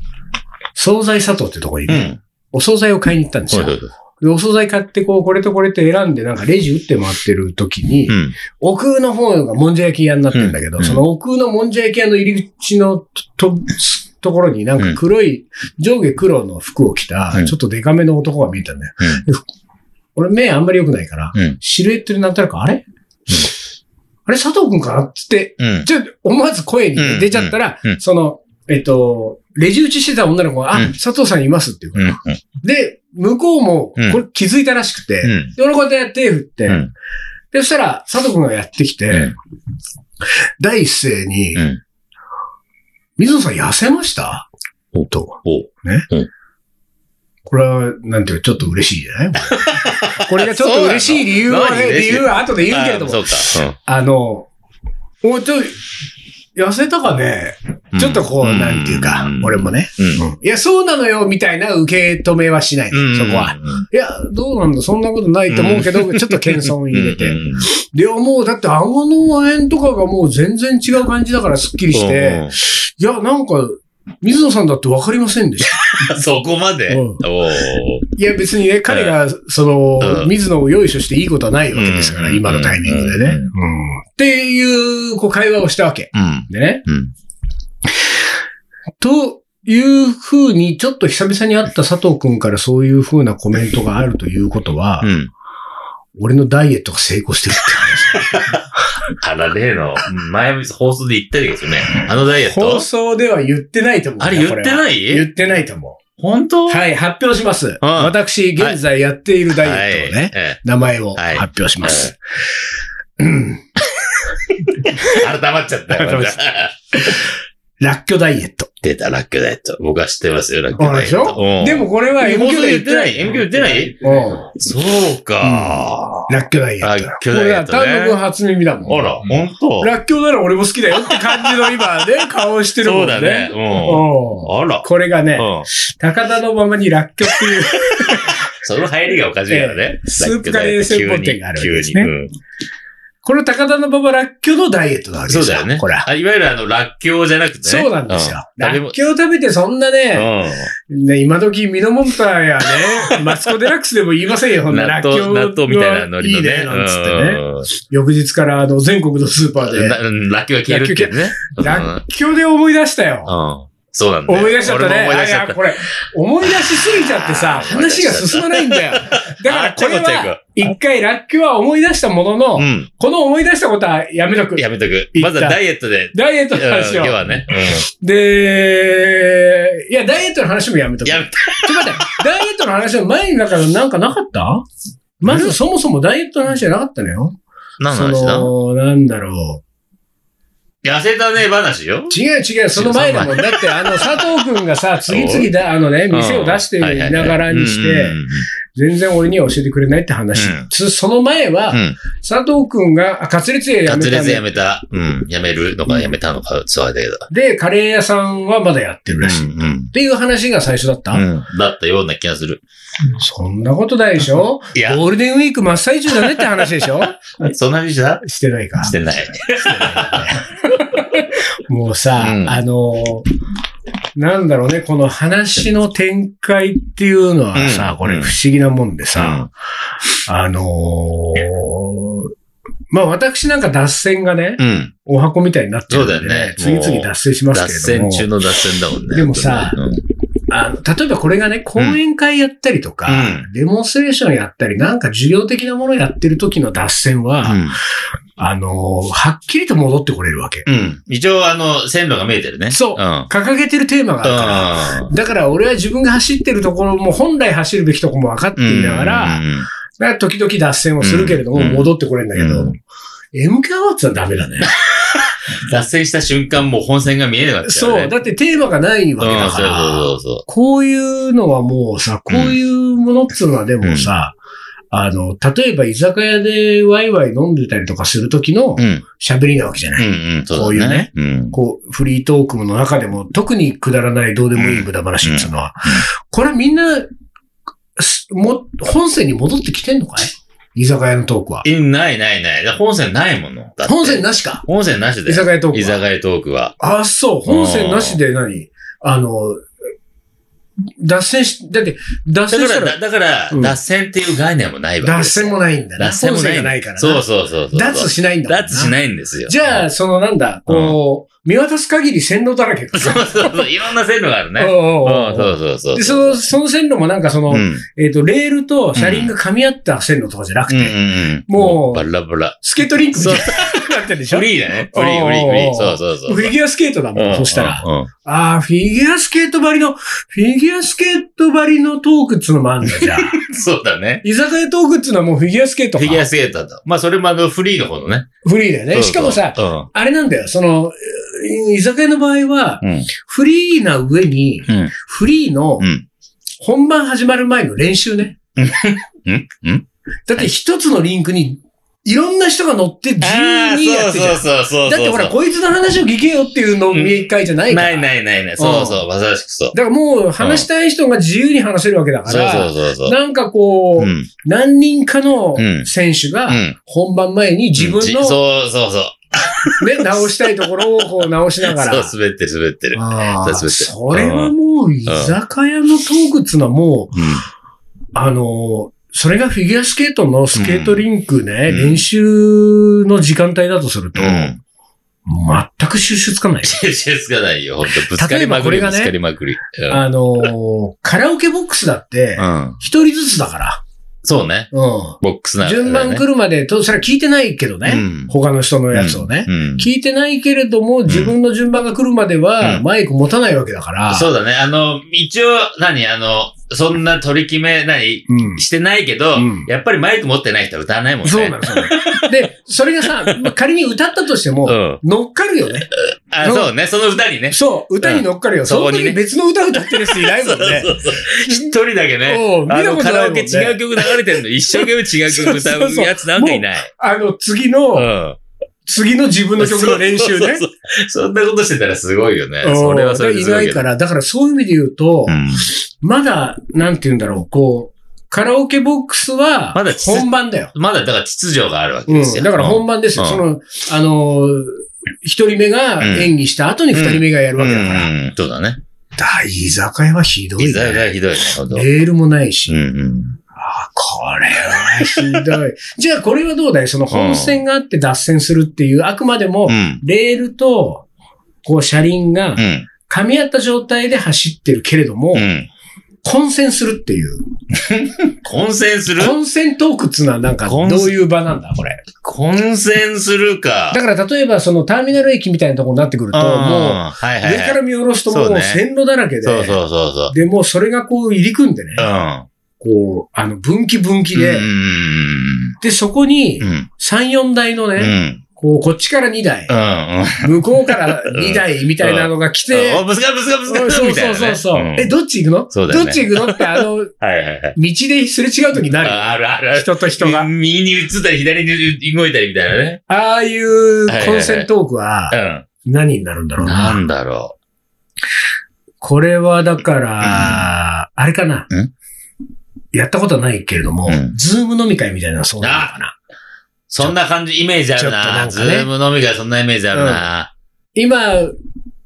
[SPEAKER 1] 惣菜佐藤ってとこに
[SPEAKER 2] う
[SPEAKER 1] ね、
[SPEAKER 2] ん。
[SPEAKER 1] お惣菜を買いに行ったんです
[SPEAKER 2] そう
[SPEAKER 1] よ。
[SPEAKER 2] そうそう。
[SPEAKER 1] でお惣菜買って、こう、これとこれと選んで、なんかレジ打って回ってる時に、
[SPEAKER 2] うん。
[SPEAKER 1] 奥の方がもんじゃ焼き屋になってんだけど、
[SPEAKER 2] うん
[SPEAKER 1] その奥のもんじゃ焼き屋の入り口のと、とところになんか黒い、上下黒の服を着た
[SPEAKER 2] う、ん
[SPEAKER 1] ちょっとデカめの男が見えたんだよ。で俺目あんまり良くないから、
[SPEAKER 2] うん
[SPEAKER 1] シルエットになんとなく、あれ、あれ佐藤くんかなって、
[SPEAKER 2] うん。
[SPEAKER 1] ちょっと思わず声に出ちゃったら、
[SPEAKER 2] うんうん
[SPEAKER 1] その、えっと、レジ打ちしてた女の子が、あ、
[SPEAKER 2] うん
[SPEAKER 1] 佐藤さんいますっていう
[SPEAKER 2] うん。
[SPEAKER 1] で、向こうも
[SPEAKER 2] うん、
[SPEAKER 1] これ気づいたらしくて、
[SPEAKER 2] うん。
[SPEAKER 1] で、俺こうやって手振って、
[SPEAKER 2] うん。
[SPEAKER 1] で、そしたら、佐藤くんがやってきて、
[SPEAKER 2] うん
[SPEAKER 1] 第一声に、
[SPEAKER 2] うん
[SPEAKER 1] 水野さん痩せました
[SPEAKER 2] お
[SPEAKER 1] と。
[SPEAKER 2] おう
[SPEAKER 1] これは、なんていうか、ちょっと嬉しいじゃな
[SPEAKER 2] [LAUGHS]
[SPEAKER 1] いこれがちょっと嬉しい理由は
[SPEAKER 2] そう
[SPEAKER 1] ね、
[SPEAKER 2] なの何
[SPEAKER 1] 理由は後で言うけれど
[SPEAKER 2] あ
[SPEAKER 1] も、
[SPEAKER 2] そうか。
[SPEAKER 1] あの、もうちょい、痩せたかね、
[SPEAKER 2] うん
[SPEAKER 1] ちょっとこう、なんていうか、俺も。ね、
[SPEAKER 2] うん。
[SPEAKER 1] うんいや、そうなのよ、みたいな受け止めはしない、
[SPEAKER 2] うん
[SPEAKER 1] そこは。。いや、どうなんだ、そんなことないと思うけど、ちょっと謙遜を入れ
[SPEAKER 2] う
[SPEAKER 1] て。
[SPEAKER 2] んうん
[SPEAKER 1] で、もう、だって、顎の辺とかがもう全然違う感じだからスッキリして、いや、なんか、水野さんだってわかりませんでした。
[SPEAKER 2] うんそこまで。
[SPEAKER 1] う
[SPEAKER 2] お
[SPEAKER 1] ん
[SPEAKER 2] ー
[SPEAKER 1] いや、別にね、彼が、その、
[SPEAKER 2] うん
[SPEAKER 1] 水野を用意していいことはないわけですから、
[SPEAKER 2] うん
[SPEAKER 1] 今のタイミングでね。
[SPEAKER 2] うん
[SPEAKER 1] うんっていう、こう、会話をしたわけ。
[SPEAKER 2] うん。
[SPEAKER 1] でね。
[SPEAKER 2] うん。
[SPEAKER 1] というふうに、ちょっと久々に会った佐藤くんからそういうふうなコメントがあるということは、
[SPEAKER 2] うん。
[SPEAKER 1] 俺のダイエットが成功してるって話。
[SPEAKER 2] あら、例の、うん前も放送で言ったりですよね。あのダイエッ
[SPEAKER 1] 放
[SPEAKER 2] ト
[SPEAKER 1] 送では言ってないと思うな。
[SPEAKER 2] あれ言って
[SPEAKER 1] い
[SPEAKER 2] ない
[SPEAKER 1] 言ってないと思
[SPEAKER 2] 本当
[SPEAKER 1] う。はい、発表します。私、現在やっているダイエットのね、
[SPEAKER 2] はいえ
[SPEAKER 1] 名前を
[SPEAKER 2] はい
[SPEAKER 1] 発表します。
[SPEAKER 2] え改まっちゃった
[SPEAKER 1] [LAUGHS]
[SPEAKER 2] よ。
[SPEAKER 1] 改まっちゃっラッキョダイエット。
[SPEAKER 2] [LAUGHS] 出た、ラックダイエット。僕は知ってますよ、ラック
[SPEAKER 1] あれ
[SPEAKER 2] ダイ
[SPEAKER 1] で
[SPEAKER 2] エ
[SPEAKER 1] し
[SPEAKER 2] ット。う
[SPEAKER 1] ょ
[SPEAKER 2] ん
[SPEAKER 1] でもこれは
[SPEAKER 2] で
[SPEAKER 1] M
[SPEAKER 2] も放送
[SPEAKER 1] 響
[SPEAKER 2] で
[SPEAKER 1] で
[SPEAKER 2] 言
[SPEAKER 1] 言
[SPEAKER 2] っ
[SPEAKER 1] っててな
[SPEAKER 2] な
[SPEAKER 1] いい。
[SPEAKER 2] M 響言ってない
[SPEAKER 1] うん
[SPEAKER 2] そうか。
[SPEAKER 1] ラッキョダイエット。
[SPEAKER 2] ラッキョダイエットね
[SPEAKER 1] これは単独初耳だも
[SPEAKER 2] あ
[SPEAKER 1] ん。
[SPEAKER 2] ら、本当
[SPEAKER 1] ラッキョなら俺も好きだよって感じの今ね、顔してる
[SPEAKER 2] そ
[SPEAKER 1] も
[SPEAKER 2] うん
[SPEAKER 1] ね。
[SPEAKER 2] だね。う
[SPEAKER 1] うん
[SPEAKER 2] ん。あら。
[SPEAKER 1] これがね、
[SPEAKER 2] うん。
[SPEAKER 1] 高田のままにラッキョっていう、
[SPEAKER 2] その入りがおかしいからね。
[SPEAKER 1] スープカレー専門店があるわけですね
[SPEAKER 2] 急にうん
[SPEAKER 1] この高田のままラッキョのダイエットなわけです
[SPEAKER 2] そ
[SPEAKER 1] よ。
[SPEAKER 2] うだよね。
[SPEAKER 1] これは。
[SPEAKER 2] あいわゆるあの、らっきょうじゃなくてね。
[SPEAKER 1] そうなんですよ。
[SPEAKER 2] うん
[SPEAKER 1] ラ
[SPEAKER 2] 食べ物
[SPEAKER 1] ッキョを食べてそんなね、ね今時ミノモンターやね、 [LAUGHS] マツコ・デラックスでも言いませんよ、
[SPEAKER 2] う
[SPEAKER 1] ほ
[SPEAKER 2] ん。
[SPEAKER 1] んな
[SPEAKER 2] 納
[SPEAKER 1] ラッキ
[SPEAKER 2] 豆、
[SPEAKER 1] ョ
[SPEAKER 2] 納豆みたいなノリの
[SPEAKER 1] いい
[SPEAKER 2] ね。
[SPEAKER 1] ね、なんつってね。
[SPEAKER 2] うん
[SPEAKER 1] 翌日からあの全国のスーパーで、
[SPEAKER 2] なうんらっきょうが消えるっていうね。
[SPEAKER 1] ラッキョで思い出したよ。
[SPEAKER 2] うんうん。そうなんだよ。
[SPEAKER 1] 思い出しちゃったね。
[SPEAKER 2] 俺も思い出しち
[SPEAKER 1] あ
[SPEAKER 2] ゃ
[SPEAKER 1] いや
[SPEAKER 2] った。
[SPEAKER 1] これ、思い出しすぎちゃってさ、
[SPEAKER 2] あ [LAUGHS] ー思い出
[SPEAKER 1] 話
[SPEAKER 2] しちゃ
[SPEAKER 1] が
[SPEAKER 2] った
[SPEAKER 1] 進まないんだ
[SPEAKER 2] [LAUGHS]
[SPEAKER 1] よ。だからこれ
[SPEAKER 2] あーちょっと待
[SPEAKER 1] は、一回ラッキョは思い出したものの、
[SPEAKER 2] うん。
[SPEAKER 1] この思い出したことはやめとく。
[SPEAKER 2] やめとく。
[SPEAKER 1] 一旦
[SPEAKER 2] まずはダイエットで。
[SPEAKER 1] ダイエット
[SPEAKER 2] うん
[SPEAKER 1] の話
[SPEAKER 2] 今
[SPEAKER 1] を
[SPEAKER 2] 日。はね。う
[SPEAKER 1] で、いや、ダイエットの話もやめと
[SPEAKER 2] ん
[SPEAKER 1] く。
[SPEAKER 2] やめ
[SPEAKER 1] ちょっと待って、ダイエットの話は前になんか、なんかなかったまずそもそもダイエットの話じゃなかったのよ。
[SPEAKER 2] 何の
[SPEAKER 1] そ
[SPEAKER 2] 話だ
[SPEAKER 1] の、なんだろ
[SPEAKER 2] 痩せたね話よ。
[SPEAKER 1] う。違う違う、その前だもん。だって、あの、佐藤くんがさ、 [LAUGHS] 次々だ、あのね、店を出して
[SPEAKER 2] うんはい
[SPEAKER 1] いながらにし
[SPEAKER 2] はいはい
[SPEAKER 1] て、全然俺には教えてくれないって話
[SPEAKER 2] うん。
[SPEAKER 1] つその前は
[SPEAKER 2] うん、うんうんうん
[SPEAKER 1] 佐藤くんが、あカツレツ屋や
[SPEAKER 2] カ
[SPEAKER 1] め
[SPEAKER 2] ツ
[SPEAKER 1] た
[SPEAKER 2] レ
[SPEAKER 1] ん
[SPEAKER 2] ツや
[SPEAKER 1] だ
[SPEAKER 2] めた。うん。やめるのかやめたのか、そうだけど。
[SPEAKER 1] で、カレー屋さんはまだやってるらしい。っ
[SPEAKER 2] うんうん
[SPEAKER 1] ていう話が最初だった、
[SPEAKER 2] うん。だったような気がする。
[SPEAKER 1] そんなことないでしょ
[SPEAKER 2] いや、
[SPEAKER 1] ゴールデンウィーク真っ最中だねって話でし
[SPEAKER 2] [LAUGHS]
[SPEAKER 1] ょ
[SPEAKER 2] そんな話だ
[SPEAKER 1] してないか。
[SPEAKER 2] してない。
[SPEAKER 1] もうさ、
[SPEAKER 2] うん
[SPEAKER 1] あのーなんだろうね、この話の展開っていうのはさ、
[SPEAKER 2] うん
[SPEAKER 1] これ不思議なもんでさ、あのーまあ私なんか脱線がね、
[SPEAKER 2] うん。
[SPEAKER 1] お箱みたいになってるんで、
[SPEAKER 2] そうだよね
[SPEAKER 1] 次々脱線します
[SPEAKER 2] 脱
[SPEAKER 1] けれど
[SPEAKER 2] 線
[SPEAKER 1] も、
[SPEAKER 2] 中の脱線だもんね。
[SPEAKER 1] でもさ
[SPEAKER 2] うん、
[SPEAKER 1] あの例えばこれがね、講演会やったりとか、
[SPEAKER 2] う
[SPEAKER 1] デモンストレーションやったり、なんか授業的なものやってる時の脱線は、あのーはっきりと戻ってこれるわけ。
[SPEAKER 2] うん。うん。一応、あの、線路が見えてるね。
[SPEAKER 1] そう
[SPEAKER 2] うん。
[SPEAKER 1] 掲げてるテーマがあるから、
[SPEAKER 2] う
[SPEAKER 1] だから俺は自分が走ってるところも本来走るべきとこも分かって
[SPEAKER 2] ん。
[SPEAKER 1] いながら、だから時々脱線をするけれども
[SPEAKER 2] うん
[SPEAKER 1] 戻ってこれんだけど、
[SPEAKER 2] うん
[SPEAKER 1] MK アワーツはダメだ
[SPEAKER 2] [LAUGHS]
[SPEAKER 1] ね。
[SPEAKER 2] 脱線した瞬間、もう本線が見えなかった
[SPEAKER 1] そう。だってテーマがないわけだから、
[SPEAKER 2] うん、そうそうそう
[SPEAKER 1] こういうのはもうさ、こういうものっつうのはでもさ、あの、例えば居酒屋でワイワイ飲んでたりとかする時の
[SPEAKER 2] そう。うん。
[SPEAKER 1] 喋りなわけじゃない。
[SPEAKER 2] うんうん、そうだ
[SPEAKER 1] こういうね。
[SPEAKER 2] うん。
[SPEAKER 1] こう、フリートークの中でも、特にくだらないどうでもいい無駄話っていうのは、これみんな、すも、本線に戻ってきてんのかい居酒屋のトークは。
[SPEAKER 2] えないないない。だから本線ないもの。だって
[SPEAKER 1] 本線なしか
[SPEAKER 2] 本線なしで。
[SPEAKER 1] 居酒屋トーク
[SPEAKER 2] 居
[SPEAKER 1] は。
[SPEAKER 2] 酒屋トークは。
[SPEAKER 1] あ、そう。本線なしで何あの、脱線し、だって、脱
[SPEAKER 2] だ
[SPEAKER 1] 線した
[SPEAKER 2] から、
[SPEAKER 1] ら
[SPEAKER 2] だだから、
[SPEAKER 1] うん
[SPEAKER 2] 脱線っていう概念もないわけ
[SPEAKER 1] 脱
[SPEAKER 2] ですよ
[SPEAKER 1] 線もないんだな。
[SPEAKER 2] 脱線も
[SPEAKER 1] 本
[SPEAKER 2] ない。
[SPEAKER 1] 線がないからな。
[SPEAKER 2] そうそうそうそう。
[SPEAKER 1] 脱しないんだもんな。
[SPEAKER 2] 脱しないんですよ。
[SPEAKER 1] じゃ
[SPEAKER 2] う
[SPEAKER 1] あ、
[SPEAKER 2] ん、
[SPEAKER 1] そのなんだ、こう、見渡す限り線路だらけだ。
[SPEAKER 2] そうそうそう。いろんな線路があるね。
[SPEAKER 1] おうお
[SPEAKER 2] う
[SPEAKER 1] うお
[SPEAKER 2] ん
[SPEAKER 1] う
[SPEAKER 2] そうそうそう。
[SPEAKER 1] で、その、その線路もなんかその、
[SPEAKER 2] うん、うん
[SPEAKER 1] えっ、と、レールと車輪が噛み合った線路とかじゃなく
[SPEAKER 2] う
[SPEAKER 1] て、
[SPEAKER 2] んうん。
[SPEAKER 1] もう
[SPEAKER 2] バラバラ。
[SPEAKER 1] スケートリンクみたいになってるでし [LAUGHS] ょ
[SPEAKER 2] フ
[SPEAKER 1] フ
[SPEAKER 2] リーだね。フリー、フリー、フリー。そうそうそう。
[SPEAKER 1] ィギュアスケートだもん、
[SPEAKER 2] うん
[SPEAKER 1] そしたら。。
[SPEAKER 2] うんうん
[SPEAKER 1] ああ、フィギュアスケートばりの、フィギュアスケートばりのトークっつうのもあんだ、じゃ
[SPEAKER 2] [LAUGHS]
[SPEAKER 1] あ。
[SPEAKER 2] そうだね。
[SPEAKER 1] 居酒屋トークっつうのはもうフィギュアスケート
[SPEAKER 2] フ
[SPEAKER 1] か
[SPEAKER 2] ィギュアスケーターだ。まあ、それもあの、フリーの方のね。
[SPEAKER 1] フリーだよね。
[SPEAKER 2] そうそう
[SPEAKER 1] しかもさ、、あれなんだよ、その、えー居酒屋の場合は、
[SPEAKER 2] うん。うん。
[SPEAKER 1] フリーな上に、
[SPEAKER 2] うん
[SPEAKER 1] フリーの
[SPEAKER 2] うん
[SPEAKER 1] 本番始まる前の練習ね。
[SPEAKER 2] うんうん
[SPEAKER 1] だって一つのリンクに、いろんな人が乗って自
[SPEAKER 2] あ
[SPEAKER 1] 由
[SPEAKER 2] あ、
[SPEAKER 1] にや
[SPEAKER 2] そ
[SPEAKER 1] っ
[SPEAKER 2] う
[SPEAKER 1] てじゃん
[SPEAKER 2] そうそうそう。
[SPEAKER 1] だってほら、こいつの話を聞けよっていうのを見え会じゃないから。
[SPEAKER 2] ないないないない。そうそう、まさしくそう。
[SPEAKER 1] だからもう話したい人が自由に話せるわけだか
[SPEAKER 2] そうそう
[SPEAKER 1] ら、
[SPEAKER 2] そうそう。
[SPEAKER 1] なんかこう、
[SPEAKER 2] うん。
[SPEAKER 1] 何人かの
[SPEAKER 2] うん
[SPEAKER 1] 選手が
[SPEAKER 2] うん
[SPEAKER 1] 本番前に自分
[SPEAKER 2] うん
[SPEAKER 1] の
[SPEAKER 2] そうそうそう。
[SPEAKER 1] ね、直したいところをこう直しながら。
[SPEAKER 2] [LAUGHS] そう、滑ってる滑ってる。
[SPEAKER 1] あ
[SPEAKER 2] そう滑っ
[SPEAKER 1] ー
[SPEAKER 2] てる
[SPEAKER 1] それはもう、居酒屋のトークっつうのはもう、あのー、それがフィギュアスケートのスケートリンクね、
[SPEAKER 2] うん
[SPEAKER 1] 練習の時間帯だとすると、
[SPEAKER 2] うん。
[SPEAKER 1] 全く収集つかないよ。
[SPEAKER 2] 手つかないよ、ほんと。ぶつか
[SPEAKER 1] 例
[SPEAKER 2] り
[SPEAKER 1] えば
[SPEAKER 2] ま
[SPEAKER 1] こ
[SPEAKER 2] く
[SPEAKER 1] れ
[SPEAKER 2] り、
[SPEAKER 1] が
[SPEAKER 2] ぶ
[SPEAKER 1] ね
[SPEAKER 2] つかりまくり。うん
[SPEAKER 1] あのー、カラオケボックスだって、
[SPEAKER 2] うん。
[SPEAKER 1] 一人ずつだから。
[SPEAKER 2] そうね。
[SPEAKER 1] う
[SPEAKER 2] ボックス
[SPEAKER 1] ん。
[SPEAKER 2] なんだよね
[SPEAKER 1] 順番来るまで、と、それは聞いてないけどね。
[SPEAKER 2] うん
[SPEAKER 1] 他の人のやつをね。
[SPEAKER 2] うん
[SPEAKER 1] 聞いてないけれども、自分の順番が来るまでは、
[SPEAKER 2] うん
[SPEAKER 1] マイク持たないわけだから。
[SPEAKER 2] そうだね。あの、一応、何あの、そんな取り決め、何
[SPEAKER 1] うん。
[SPEAKER 2] してないけど
[SPEAKER 1] うん、
[SPEAKER 2] やっぱりマイク持ってない人は歌わないもんね。
[SPEAKER 1] そうなの、そうなの。で、それがさ、まあ仮に歌ったとしても、
[SPEAKER 2] うん。
[SPEAKER 1] 乗っかるよね。
[SPEAKER 2] あ、そうね。その歌にね。
[SPEAKER 1] そう、歌に乗っかるよ。
[SPEAKER 2] うん
[SPEAKER 1] その
[SPEAKER 2] そこに
[SPEAKER 1] 時
[SPEAKER 2] ね
[SPEAKER 1] 別の歌歌ってる人いない
[SPEAKER 2] [LAUGHS] そ
[SPEAKER 1] も
[SPEAKER 2] うんそう
[SPEAKER 1] ね。
[SPEAKER 2] そう。一人だけね。
[SPEAKER 1] おう見た
[SPEAKER 2] あの、
[SPEAKER 1] こと
[SPEAKER 2] カ
[SPEAKER 1] な
[SPEAKER 2] ラ
[SPEAKER 1] い
[SPEAKER 2] オ
[SPEAKER 1] もん
[SPEAKER 2] ケ
[SPEAKER 1] ね。
[SPEAKER 2] 違う曲流れてるの、一生懸命違う曲歌うやつなんかいない。
[SPEAKER 1] あの、次の、
[SPEAKER 2] うん。
[SPEAKER 1] 次の自分の曲の練習ね。
[SPEAKER 2] そうそうそうそんなことしてたらすごいよね。
[SPEAKER 1] うん
[SPEAKER 2] それはそれです
[SPEAKER 1] い
[SPEAKER 2] ご
[SPEAKER 1] ないい
[SPEAKER 2] け
[SPEAKER 1] か
[SPEAKER 2] ど。
[SPEAKER 1] ら、だからそういう意味で言うと、
[SPEAKER 2] うん
[SPEAKER 1] まだ、なんて言うんだろう、こう、カラオケボックスは、
[SPEAKER 2] まだち
[SPEAKER 1] 本番だよ。
[SPEAKER 2] まだだから秩序があるわけ
[SPEAKER 1] う
[SPEAKER 2] で
[SPEAKER 1] ん。
[SPEAKER 2] すよ。
[SPEAKER 1] だから本番ですよ。
[SPEAKER 2] うん
[SPEAKER 1] その、あのー、一人目が演技した後に二人目がやるわけだから。
[SPEAKER 2] うんうんそうだね。
[SPEAKER 1] だ居酒屋はひどい、
[SPEAKER 2] 居酒
[SPEAKER 1] ね。
[SPEAKER 2] 屋ひどいね、ほんと。うん
[SPEAKER 1] レールもないし。
[SPEAKER 2] うん。
[SPEAKER 1] あ、これはひどい。 [LAUGHS] じゃあこれはどうだいその本線があって脱線するっていう、あくまでも
[SPEAKER 2] う、ん。
[SPEAKER 1] レールと、こう車輪が
[SPEAKER 2] うん。
[SPEAKER 1] 噛み合った状態で走ってるけれども
[SPEAKER 2] う、ん。
[SPEAKER 1] 混戦するっていう。
[SPEAKER 2] 混戦する
[SPEAKER 1] 混戦トークっつうのはなんかどう
[SPEAKER 2] 混戦
[SPEAKER 1] いう場なんだ、これ。
[SPEAKER 2] 混戦するか。
[SPEAKER 1] だから例えばそのターミナル駅みたいなところになってくると、
[SPEAKER 2] うん
[SPEAKER 1] もう
[SPEAKER 2] はいはい
[SPEAKER 1] 上
[SPEAKER 2] は
[SPEAKER 1] か
[SPEAKER 2] い。
[SPEAKER 1] ら見下ろすと
[SPEAKER 2] そう
[SPEAKER 1] もう
[SPEAKER 2] ね
[SPEAKER 1] 線路だらけ
[SPEAKER 2] そう
[SPEAKER 1] で、
[SPEAKER 2] そうそうそう。
[SPEAKER 1] で、もうそれがこう入り組んでね
[SPEAKER 2] う。ん。
[SPEAKER 1] こう、あの、分岐分岐
[SPEAKER 2] うん。
[SPEAKER 1] で、で、そこに
[SPEAKER 2] うん。うん。
[SPEAKER 1] 3、4台の
[SPEAKER 2] う
[SPEAKER 1] ね、
[SPEAKER 2] ん。
[SPEAKER 1] こう、こっちから2台
[SPEAKER 2] う、ん。
[SPEAKER 1] 向こうから2台みたいなのが来て、
[SPEAKER 2] お、ぶつかるぶつかるぶつか
[SPEAKER 1] そう
[SPEAKER 2] る
[SPEAKER 1] そう
[SPEAKER 2] みたいな、
[SPEAKER 1] そう
[SPEAKER 2] ね。
[SPEAKER 1] そうそう。
[SPEAKER 2] ん
[SPEAKER 1] え、どっち行くの
[SPEAKER 2] そうだよね
[SPEAKER 1] どっち行くのって、あの、道
[SPEAKER 2] はいはいはい。
[SPEAKER 1] ですれ違う時になる。
[SPEAKER 2] ああるあるある。
[SPEAKER 1] 人と人が。
[SPEAKER 2] 右に移ったり左に動いたりみたいなね。
[SPEAKER 1] ああいう混戦トークは何になるんだ
[SPEAKER 2] う
[SPEAKER 1] ろ
[SPEAKER 2] ん。
[SPEAKER 1] う
[SPEAKER 2] な
[SPEAKER 1] な。
[SPEAKER 2] んだろ
[SPEAKER 1] これはだから、あれかな
[SPEAKER 2] うん。
[SPEAKER 1] やったことはないけれども
[SPEAKER 2] うん、
[SPEAKER 1] ズーム飲み会みたいなのはそうなのかな。
[SPEAKER 2] う。そんな感じ、イメージあるな。
[SPEAKER 1] ち
[SPEAKER 2] ズ
[SPEAKER 1] ょっとなんかね
[SPEAKER 2] ーム飲み会そんなイメージあるな。
[SPEAKER 1] 今、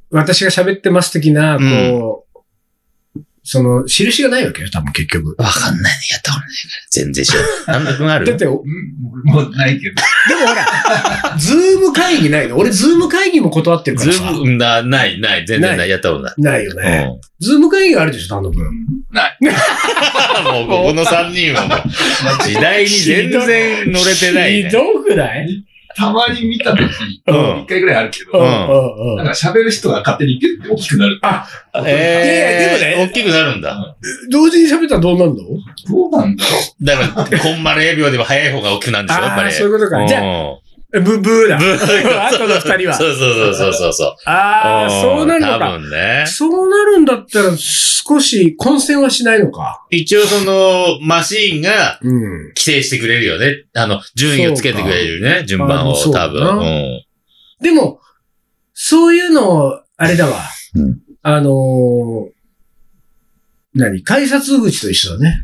[SPEAKER 1] 私が喋ってます的な、こう、その、印がないわけよ、多分結局。
[SPEAKER 2] わかんないね。やったことないから。全然しよ
[SPEAKER 1] [LAUGHS]
[SPEAKER 2] う。なんだくんあ
[SPEAKER 1] だっ
[SPEAKER 2] る
[SPEAKER 1] て、
[SPEAKER 3] もうないけど。
[SPEAKER 1] でもほら、ズーム会議ないの俺、ズーム会議も断ってるか
[SPEAKER 2] ズ
[SPEAKER 1] らさ。
[SPEAKER 2] ーム、うんな、ない、ない、全然ない。やったことない。
[SPEAKER 1] ないよね。
[SPEAKER 2] うん [LAUGHS]
[SPEAKER 1] ズーム会議があるでしょ、単独。
[SPEAKER 3] ない。
[SPEAKER 2] もうここの3人はも
[SPEAKER 1] [LAUGHS]
[SPEAKER 2] う、時代に全然乗れてない
[SPEAKER 1] ひ
[SPEAKER 2] ね。
[SPEAKER 1] どくない
[SPEAKER 3] たまに見た時に、
[SPEAKER 2] うん
[SPEAKER 3] 一回ぐらいあるけ
[SPEAKER 1] うん
[SPEAKER 3] ど、
[SPEAKER 1] うん
[SPEAKER 3] な
[SPEAKER 1] うんん
[SPEAKER 3] か喋る人が勝手にギュッて大きくなる。
[SPEAKER 1] い
[SPEAKER 2] え
[SPEAKER 1] やいやで
[SPEAKER 2] ー
[SPEAKER 1] も
[SPEAKER 2] 大きくなるんだ。
[SPEAKER 1] 同時に喋ったらどうなるの
[SPEAKER 3] どうなんだろう。
[SPEAKER 2] だから、コンマ0秒でも早い方が大きくなるんでしょ、やっぱ
[SPEAKER 1] ああ、
[SPEAKER 2] り。
[SPEAKER 1] そういうことか。じゃあ、
[SPEAKER 2] あ、
[SPEAKER 1] ブブーだ。
[SPEAKER 2] ブー
[SPEAKER 1] [LAUGHS] あとの二人は
[SPEAKER 2] そうそうそうそうそう。
[SPEAKER 1] ああ、そうなるの
[SPEAKER 2] 多
[SPEAKER 1] か。
[SPEAKER 2] 分ね。
[SPEAKER 1] そうなるんだったら、少し混戦はしないのか。
[SPEAKER 2] 一応その、マシーンが
[SPEAKER 1] うん。
[SPEAKER 2] 規定してくれるよね。あの、順位をつけてくれるね、順番を、
[SPEAKER 1] そうか
[SPEAKER 2] 多分。
[SPEAKER 1] あ
[SPEAKER 2] うん。
[SPEAKER 1] でも、そういうの、あれだわ
[SPEAKER 2] うん。
[SPEAKER 1] あのー、何改札口と一緒だね。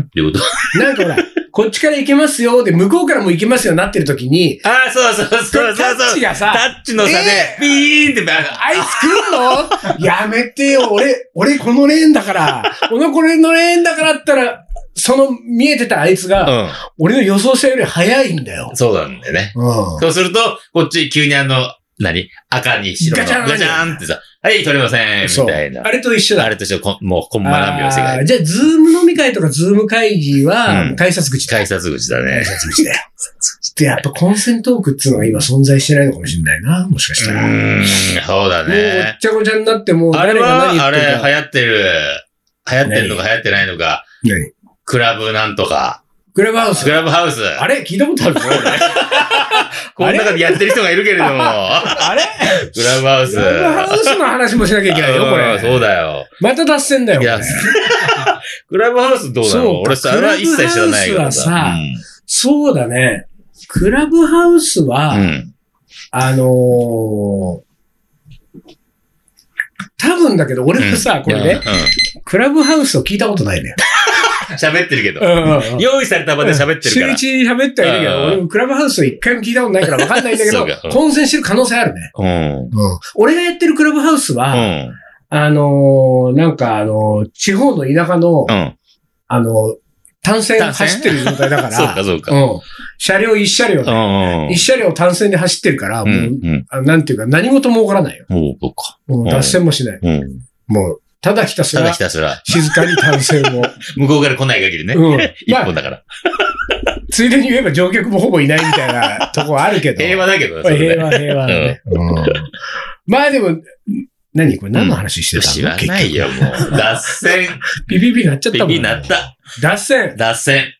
[SPEAKER 2] ってこと
[SPEAKER 1] [LAUGHS] なんかほら、こっちから行けますよ、で、向こうからも行けますよ、なってる時に、
[SPEAKER 2] ああ、そうそうそう
[SPEAKER 1] タ
[SPEAKER 2] そうそう。
[SPEAKER 1] ッチが
[SPEAKER 2] タ
[SPEAKER 1] さ、
[SPEAKER 2] ッチの差で
[SPEAKER 1] え、
[SPEAKER 2] ピーンって、あ
[SPEAKER 1] アイス来んのやめてよ、俺、俺このレーンだから、このこれのレーンだからったら、その見えてたあいつが、
[SPEAKER 2] う
[SPEAKER 1] 俺の予想したより早いんだよ
[SPEAKER 2] ん。。そうなんだよね。
[SPEAKER 1] うん。
[SPEAKER 2] そうすると、こっち急にあの、何赤に白の
[SPEAKER 1] ガチャーン
[SPEAKER 2] ガチャーンってさ、はい、取れません、
[SPEAKER 1] そう。
[SPEAKER 2] みたいな
[SPEAKER 1] あ。れと一緒
[SPEAKER 2] あ
[SPEAKER 1] だ。
[SPEAKER 2] れとしてこんもう、コンマ何秒世
[SPEAKER 1] あー
[SPEAKER 2] 界。
[SPEAKER 1] じゃあ、ズーム飲み会とかズーム会議は、
[SPEAKER 2] うん
[SPEAKER 1] 改札口だ。
[SPEAKER 2] 改札口だね
[SPEAKER 1] 改。札口だよ。で、やっぱ混戦トークっていうのが今存在してないのかもしれないな、もしか
[SPEAKER 2] う
[SPEAKER 1] したら。もう
[SPEAKER 2] ーん、そうだ
[SPEAKER 1] ご
[SPEAKER 2] ね
[SPEAKER 1] っ。ちゃごちゃになって、もう
[SPEAKER 2] あれ
[SPEAKER 1] 誰が何
[SPEAKER 2] は、
[SPEAKER 1] 言
[SPEAKER 2] あ
[SPEAKER 1] ってる
[SPEAKER 2] れ、
[SPEAKER 1] か。
[SPEAKER 2] 流行ってる。流行ってんのか流行ってないのか。
[SPEAKER 1] 何
[SPEAKER 2] クラブなんとか。
[SPEAKER 1] クラブハウス
[SPEAKER 2] ク。ラブハウス。
[SPEAKER 1] あれ聞いたことあるぞ、俺
[SPEAKER 2] [LAUGHS] この中でやってる人がいるけれども。クラ
[SPEAKER 1] あれ
[SPEAKER 2] ブハウス。
[SPEAKER 1] クラブハウスの話もしなきゃいけないよ、こ
[SPEAKER 2] うん
[SPEAKER 1] れ。
[SPEAKER 2] そうだよ。
[SPEAKER 1] また脱線だよ。
[SPEAKER 2] い
[SPEAKER 1] [LAUGHS]
[SPEAKER 2] や
[SPEAKER 1] これ、
[SPEAKER 2] クラブハウスどうな
[SPEAKER 1] そうか
[SPEAKER 2] の俺さ、あれは一切知らないから
[SPEAKER 1] クラブハ
[SPEAKER 2] さ。
[SPEAKER 1] そうだね。クラブハウスは、
[SPEAKER 2] うんうん
[SPEAKER 1] あのー、多分だけど、俺もさ、これね、
[SPEAKER 2] う
[SPEAKER 1] クラブハウスを聞いたことないね。
[SPEAKER 2] ん喋ってるけど
[SPEAKER 1] う。んうん
[SPEAKER 2] 用意された場で喋ってるから。
[SPEAKER 1] 週一喋ってはいるけ
[SPEAKER 2] うん
[SPEAKER 1] ど、俺もクラブハウスを一回も聞いたことないから分かんないんだけ
[SPEAKER 2] そ
[SPEAKER 1] ど
[SPEAKER 2] うかうん、
[SPEAKER 1] 混戦してる可能性あるね。
[SPEAKER 2] うん。
[SPEAKER 1] 俺がやってるクラブハウス
[SPEAKER 2] う
[SPEAKER 1] は、
[SPEAKER 2] ん。
[SPEAKER 1] あのー、なんかあのー、地方の田舎の
[SPEAKER 2] う、ん。
[SPEAKER 1] あの、単線
[SPEAKER 2] 単線
[SPEAKER 1] 走ってる状態だから、
[SPEAKER 2] [LAUGHS] そうか、そうか。
[SPEAKER 1] うん。車両一車両
[SPEAKER 2] う
[SPEAKER 1] ね、
[SPEAKER 2] ん。
[SPEAKER 1] 一車両単線で走ってるから、
[SPEAKER 2] う
[SPEAKER 1] もう、
[SPEAKER 2] ん。
[SPEAKER 1] あなんていうか何事も起こらないよ。
[SPEAKER 2] うん。もう、僕か。
[SPEAKER 1] もう脱線もしない。
[SPEAKER 2] うん。
[SPEAKER 1] もう、ただひたす
[SPEAKER 2] ただ
[SPEAKER 1] ら
[SPEAKER 2] ひたすら。
[SPEAKER 1] 静かに単線
[SPEAKER 2] [LAUGHS]
[SPEAKER 1] を。
[SPEAKER 2] 向こうから来ない限りね。
[SPEAKER 1] うん。
[SPEAKER 2] 一
[SPEAKER 1] まあ
[SPEAKER 2] 本、だから。
[SPEAKER 1] ついでに言えば乗客もほぼいないみたいなとこはあるけど。
[SPEAKER 2] [LAUGHS] 平和だけどね。それね
[SPEAKER 1] 平和、平和だね。うんまあでも、何これ何の話してたの、
[SPEAKER 2] 知らな
[SPEAKER 1] 結
[SPEAKER 2] いよ、もう。脱線。
[SPEAKER 1] 局ピピピなっちゃった
[SPEAKER 2] ビ
[SPEAKER 1] もん、
[SPEAKER 2] ビなった。
[SPEAKER 1] 脱線
[SPEAKER 2] 脱線。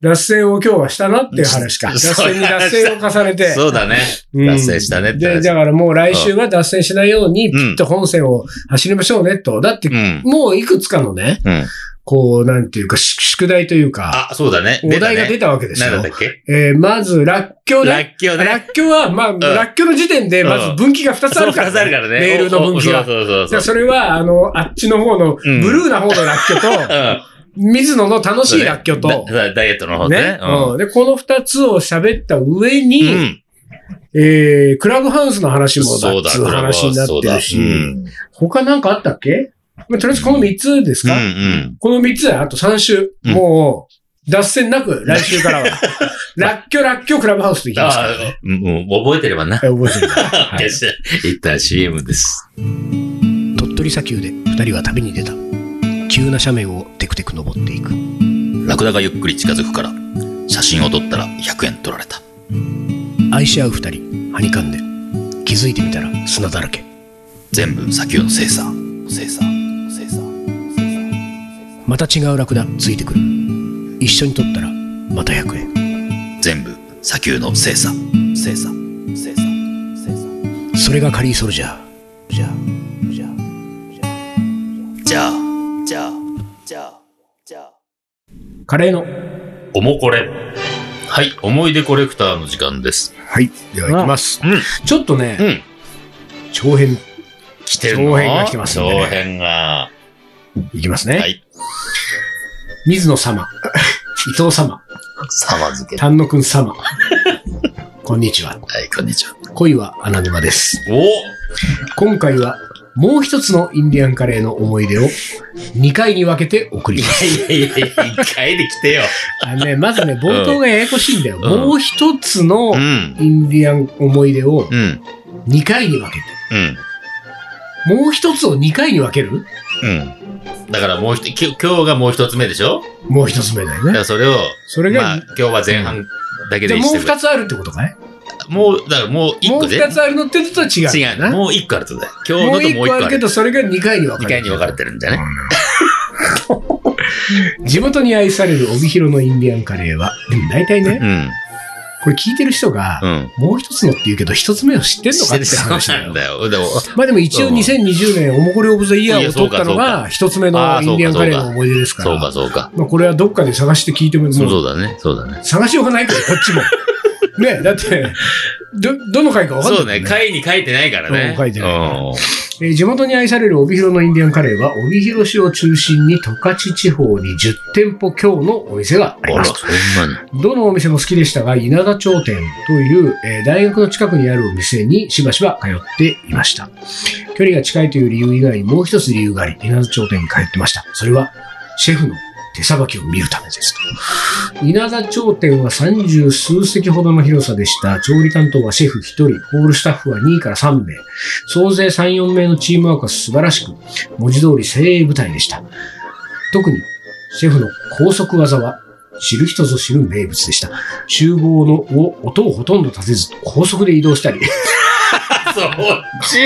[SPEAKER 1] 脱線を今日はしたなっていう話か。脱
[SPEAKER 2] そう
[SPEAKER 1] 線に脱線を重ねて。
[SPEAKER 2] そうだね。
[SPEAKER 1] うん
[SPEAKER 2] 脱線したねって
[SPEAKER 1] で、
[SPEAKER 2] 話。
[SPEAKER 1] だからもう来週は脱線しないように、
[SPEAKER 2] うん
[SPEAKER 1] ピッと本線を走りましょうね、と。だって
[SPEAKER 2] う、ん。
[SPEAKER 1] もういくつかのね、
[SPEAKER 2] うん。
[SPEAKER 1] こう、なんていうか、し宿題というか、
[SPEAKER 2] あ、そうだね。
[SPEAKER 1] お題が出
[SPEAKER 2] た
[SPEAKER 1] たわけで
[SPEAKER 2] ね。
[SPEAKER 1] す
[SPEAKER 2] 何だ
[SPEAKER 1] よ
[SPEAKER 2] った。っけ
[SPEAKER 1] えーまず、らっきょう
[SPEAKER 2] ら
[SPEAKER 1] ね。
[SPEAKER 2] っきょう
[SPEAKER 1] ら
[SPEAKER 2] ね。
[SPEAKER 1] っきょうは、まあ、らっきょうの時点で、まず分岐が2つあ
[SPEAKER 2] そう、
[SPEAKER 1] るか
[SPEAKER 2] 二つ
[SPEAKER 1] ら
[SPEAKER 2] あ
[SPEAKER 1] ね。
[SPEAKER 2] るからね。
[SPEAKER 1] メールの分岐が
[SPEAKER 2] おおそうそう
[SPEAKER 1] じ
[SPEAKER 2] そ
[SPEAKER 1] ゃ
[SPEAKER 2] う
[SPEAKER 1] あ
[SPEAKER 2] そう。
[SPEAKER 1] それは、あの、あっちの方の、ブ
[SPEAKER 2] うん
[SPEAKER 1] ルーな方のらっきょうと、
[SPEAKER 2] [LAUGHS] うん。
[SPEAKER 1] 水野の楽しいらっきょうと
[SPEAKER 2] だ、だダイエットの方
[SPEAKER 1] ね
[SPEAKER 2] ね。。
[SPEAKER 1] うんで、この2つを喋った上
[SPEAKER 2] う
[SPEAKER 1] に、
[SPEAKER 2] ん。
[SPEAKER 1] えークラブハウスの話もだ
[SPEAKER 2] そう
[SPEAKER 1] っ
[SPEAKER 2] だ、
[SPEAKER 1] つう
[SPEAKER 2] クラブハウ
[SPEAKER 1] 話になっ
[SPEAKER 2] スそう
[SPEAKER 1] て
[SPEAKER 2] だ。う
[SPEAKER 1] るし、
[SPEAKER 2] ん。
[SPEAKER 1] 他なんかあったっけまあ、とりあえずこの3つです
[SPEAKER 2] うんう
[SPEAKER 1] か、
[SPEAKER 2] ん。
[SPEAKER 1] この3つはあと3週。
[SPEAKER 2] うん
[SPEAKER 1] もう、脱線なく、来週
[SPEAKER 2] [LAUGHS]
[SPEAKER 1] からは。らっきょらっきょクラブハウスでいきますから
[SPEAKER 2] あ
[SPEAKER 1] ね。
[SPEAKER 2] うんうん覚えてればな。
[SPEAKER 1] はい覚えてるからは
[SPEAKER 2] [LAUGHS] よ
[SPEAKER 1] い
[SPEAKER 2] し。一旦 CM です。
[SPEAKER 1] 鳥取砂丘で2人は旅に出た。急な斜面をテクテク登っていく。
[SPEAKER 2] ラクダがゆっくり近づくから写真を撮ったら100円取られた
[SPEAKER 1] 愛し合う2人、はにかんで。気づいてみたら砂だらけ。
[SPEAKER 2] 全部砂丘の精査精査精査精査精査
[SPEAKER 1] また違うラクダついてくる一緒に取ったらまた100円
[SPEAKER 2] 全部、砂丘の精査。精査。精査。精査。
[SPEAKER 1] それがカリーソルジャーじゃあじゃあじゃあ
[SPEAKER 2] じゃあ、じゃあ、じゃあ、じゃあ。
[SPEAKER 1] カレーの
[SPEAKER 2] おもこれ。はい、思い出コレクターの時間です。
[SPEAKER 1] はいでは行きます、
[SPEAKER 2] うん
[SPEAKER 1] ちょっとね、
[SPEAKER 2] うん。
[SPEAKER 1] 長編
[SPEAKER 2] 来てるの
[SPEAKER 1] 長編が来てますんでね
[SPEAKER 2] 長編が。
[SPEAKER 1] いきますね、
[SPEAKER 2] はい。
[SPEAKER 1] 水野様 [LAUGHS] 伊藤様
[SPEAKER 2] さまづけ。は、
[SPEAKER 1] 丹野くん様こんにちはい
[SPEAKER 2] こんにちは。
[SPEAKER 1] 恋は穴沼です
[SPEAKER 2] お
[SPEAKER 1] 今回はもう一つのインディアンカレーの思い出を2回に分けて送ります。
[SPEAKER 2] いやいやいや、一回で来てよ。
[SPEAKER 1] あ
[SPEAKER 2] [LAUGHS]
[SPEAKER 1] のね、まずね、冒頭がややこしいんだよ。
[SPEAKER 2] うん
[SPEAKER 1] もう一つの
[SPEAKER 2] うん。
[SPEAKER 1] インディアン思い出を
[SPEAKER 2] うん。
[SPEAKER 1] 2回に分けて。
[SPEAKER 2] うん。
[SPEAKER 1] もう一つを2回に分ける
[SPEAKER 2] うん。だからもう一つ、きょ今日がもう一つ目でしょ
[SPEAKER 1] もう一つ目だよ
[SPEAKER 2] だか
[SPEAKER 1] ね。
[SPEAKER 2] らそれを、
[SPEAKER 1] それ
[SPEAKER 2] まあ
[SPEAKER 1] が、
[SPEAKER 2] 今日は前半だけ
[SPEAKER 1] じ
[SPEAKER 2] で
[SPEAKER 1] ゃあ
[SPEAKER 2] いい
[SPEAKER 1] もう
[SPEAKER 2] して
[SPEAKER 1] 二つあるってことかね。
[SPEAKER 2] もう、だからもう一
[SPEAKER 1] もう
[SPEAKER 2] 個で。
[SPEAKER 1] 二つあるのってことは違う。
[SPEAKER 2] 違う。もう一個あるとだよ。今日
[SPEAKER 1] も
[SPEAKER 2] の
[SPEAKER 1] う
[SPEAKER 2] と
[SPEAKER 1] 一
[SPEAKER 2] もう
[SPEAKER 1] 個
[SPEAKER 2] 一個
[SPEAKER 1] ある
[SPEAKER 2] あ
[SPEAKER 1] け
[SPEAKER 2] る。
[SPEAKER 1] ど、それが2回に分
[SPEAKER 2] 二
[SPEAKER 1] かれ
[SPEAKER 2] 回
[SPEAKER 1] る。
[SPEAKER 2] に分かれてるんだね。
[SPEAKER 1] 地元に愛される帯広のインディアンカレーは、でも大体ね、
[SPEAKER 2] うん。
[SPEAKER 1] これ聞いてる人が、
[SPEAKER 2] うん。
[SPEAKER 1] もう一つのって言うけど、一つ目を知ってんのかって話
[SPEAKER 2] そう
[SPEAKER 1] だ
[SPEAKER 2] な
[SPEAKER 1] よ
[SPEAKER 2] ん。だよ。でも、
[SPEAKER 1] まあでも一応
[SPEAKER 2] うん
[SPEAKER 1] 2020年おもこりオブザイヤ
[SPEAKER 2] い
[SPEAKER 1] ー
[SPEAKER 2] や
[SPEAKER 1] を
[SPEAKER 2] そ
[SPEAKER 1] 取
[SPEAKER 2] う
[SPEAKER 1] っ
[SPEAKER 2] か
[SPEAKER 1] たのが一つ目のインディアンカレーの思い出ですか。
[SPEAKER 2] そうからそうか。
[SPEAKER 1] まあこれはどっかで探して聞いても、
[SPEAKER 2] そう
[SPEAKER 1] もう
[SPEAKER 2] そうだね。そうだね。
[SPEAKER 1] 探しようがないからこっち [LAUGHS] も。ねだって、ど、どの回かわかんない
[SPEAKER 2] そ
[SPEAKER 1] も
[SPEAKER 2] うん
[SPEAKER 1] ね、
[SPEAKER 2] ね。回に書いてないからね。
[SPEAKER 1] そう書いてない
[SPEAKER 2] うん
[SPEAKER 1] えー地元に愛される帯広のインディアンカレーは、帯広市を中心に十勝地方に10店舗強のお店があり
[SPEAKER 2] あ
[SPEAKER 1] ま
[SPEAKER 2] ら、
[SPEAKER 1] す。
[SPEAKER 2] そん
[SPEAKER 1] [LAUGHS]
[SPEAKER 2] なに。
[SPEAKER 1] どのお店も好きでしたが、稲田町店という、えー大学の近くにあるお店にしばしば通っていました。距離が近いという理由以外にもう一つ理由があり、稲田町店に通ってました。それは、シェフの手さばきを見るためですと。稲田町店は30数席ほどの広さでした。調理担当はシェフ1人、ホールスタッフは2から3名。総勢3、4名のチームワークは素晴らしく、文字通り精鋭部隊でした。特に、シェフの高速技は知る人ぞ知る名物でした。厨房のを音をほとんど立てず、高速で移動したり、
[SPEAKER 2] そっち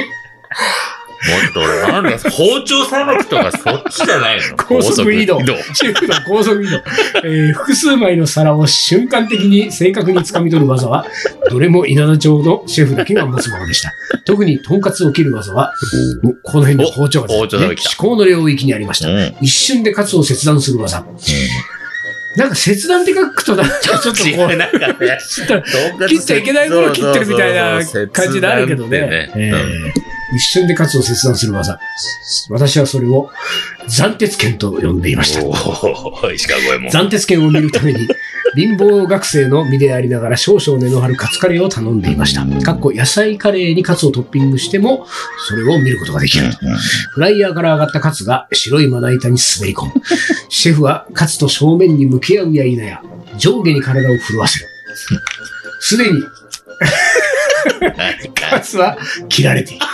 [SPEAKER 2] もっと俺、なんだ、包丁さばきとかそっちじゃないの
[SPEAKER 1] 高速移動
[SPEAKER 2] 高速
[SPEAKER 1] シェフの高速移動、えー複数枚の皿を瞬間的に正確に掴み取る技は、どれも稲田町のシェフだけが持つものでした。特に、とんかつを切る技は、おこの辺で包丁が、
[SPEAKER 2] お包丁が来た
[SPEAKER 1] 至高の領域にありました。
[SPEAKER 2] うん。
[SPEAKER 1] 一瞬でカツを切断する技。なんか切断って書くと、なんかちょっとこ
[SPEAKER 2] 違う、
[SPEAKER 1] う、
[SPEAKER 2] なんかね。
[SPEAKER 1] ちょっと切っちゃいけないものを切ってるみたいな感じになるけどね。ええ一瞬でカツを切断する技。私はそれを、斬鉄剣と呼んでいました。
[SPEAKER 2] おお、石川越も。
[SPEAKER 1] 斬鉄剣を見るため [LAUGHS] に、貧乏学生の身でありながら少々値の張るカツカレーを頼んでいました。かっこ野菜カレーにカツをトッピングしても、それを見ることができると。フライヤーから上がったカツが白いまな板に滑り込む。シェフはカツと正面に向き合うや否や、上下に体を震わせる。すでに
[SPEAKER 2] [LAUGHS] 何
[SPEAKER 1] カ
[SPEAKER 2] か
[SPEAKER 1] ツは切られ [LAUGHS] ている。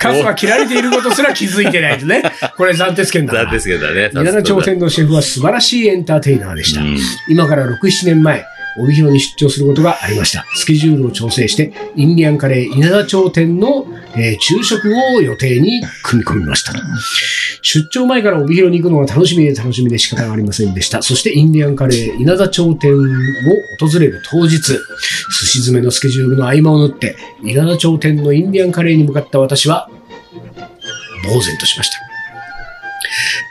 [SPEAKER 1] カツは切られていることすら気づいてないとね。これ暫定権だな。
[SPEAKER 2] なんですけどね。
[SPEAKER 1] 稲田朝鮮のシェフは素晴らしいエンターテイナーでした。
[SPEAKER 2] うん
[SPEAKER 1] 今から6、7年前、帯広に出張することがありました。スケジュールを調整して、インディアンカレー稲田町店の、えー昼食を予定に組み込みました。出張前から帯広に行くのが楽しみで楽しみで仕方がありませんでした。そしてインディアンカレー稲田町店を訪れる当日、寿司詰めのスケジュールの合間を縫って、稲田町店のインディアンカレーに向かった私は、呆然としました。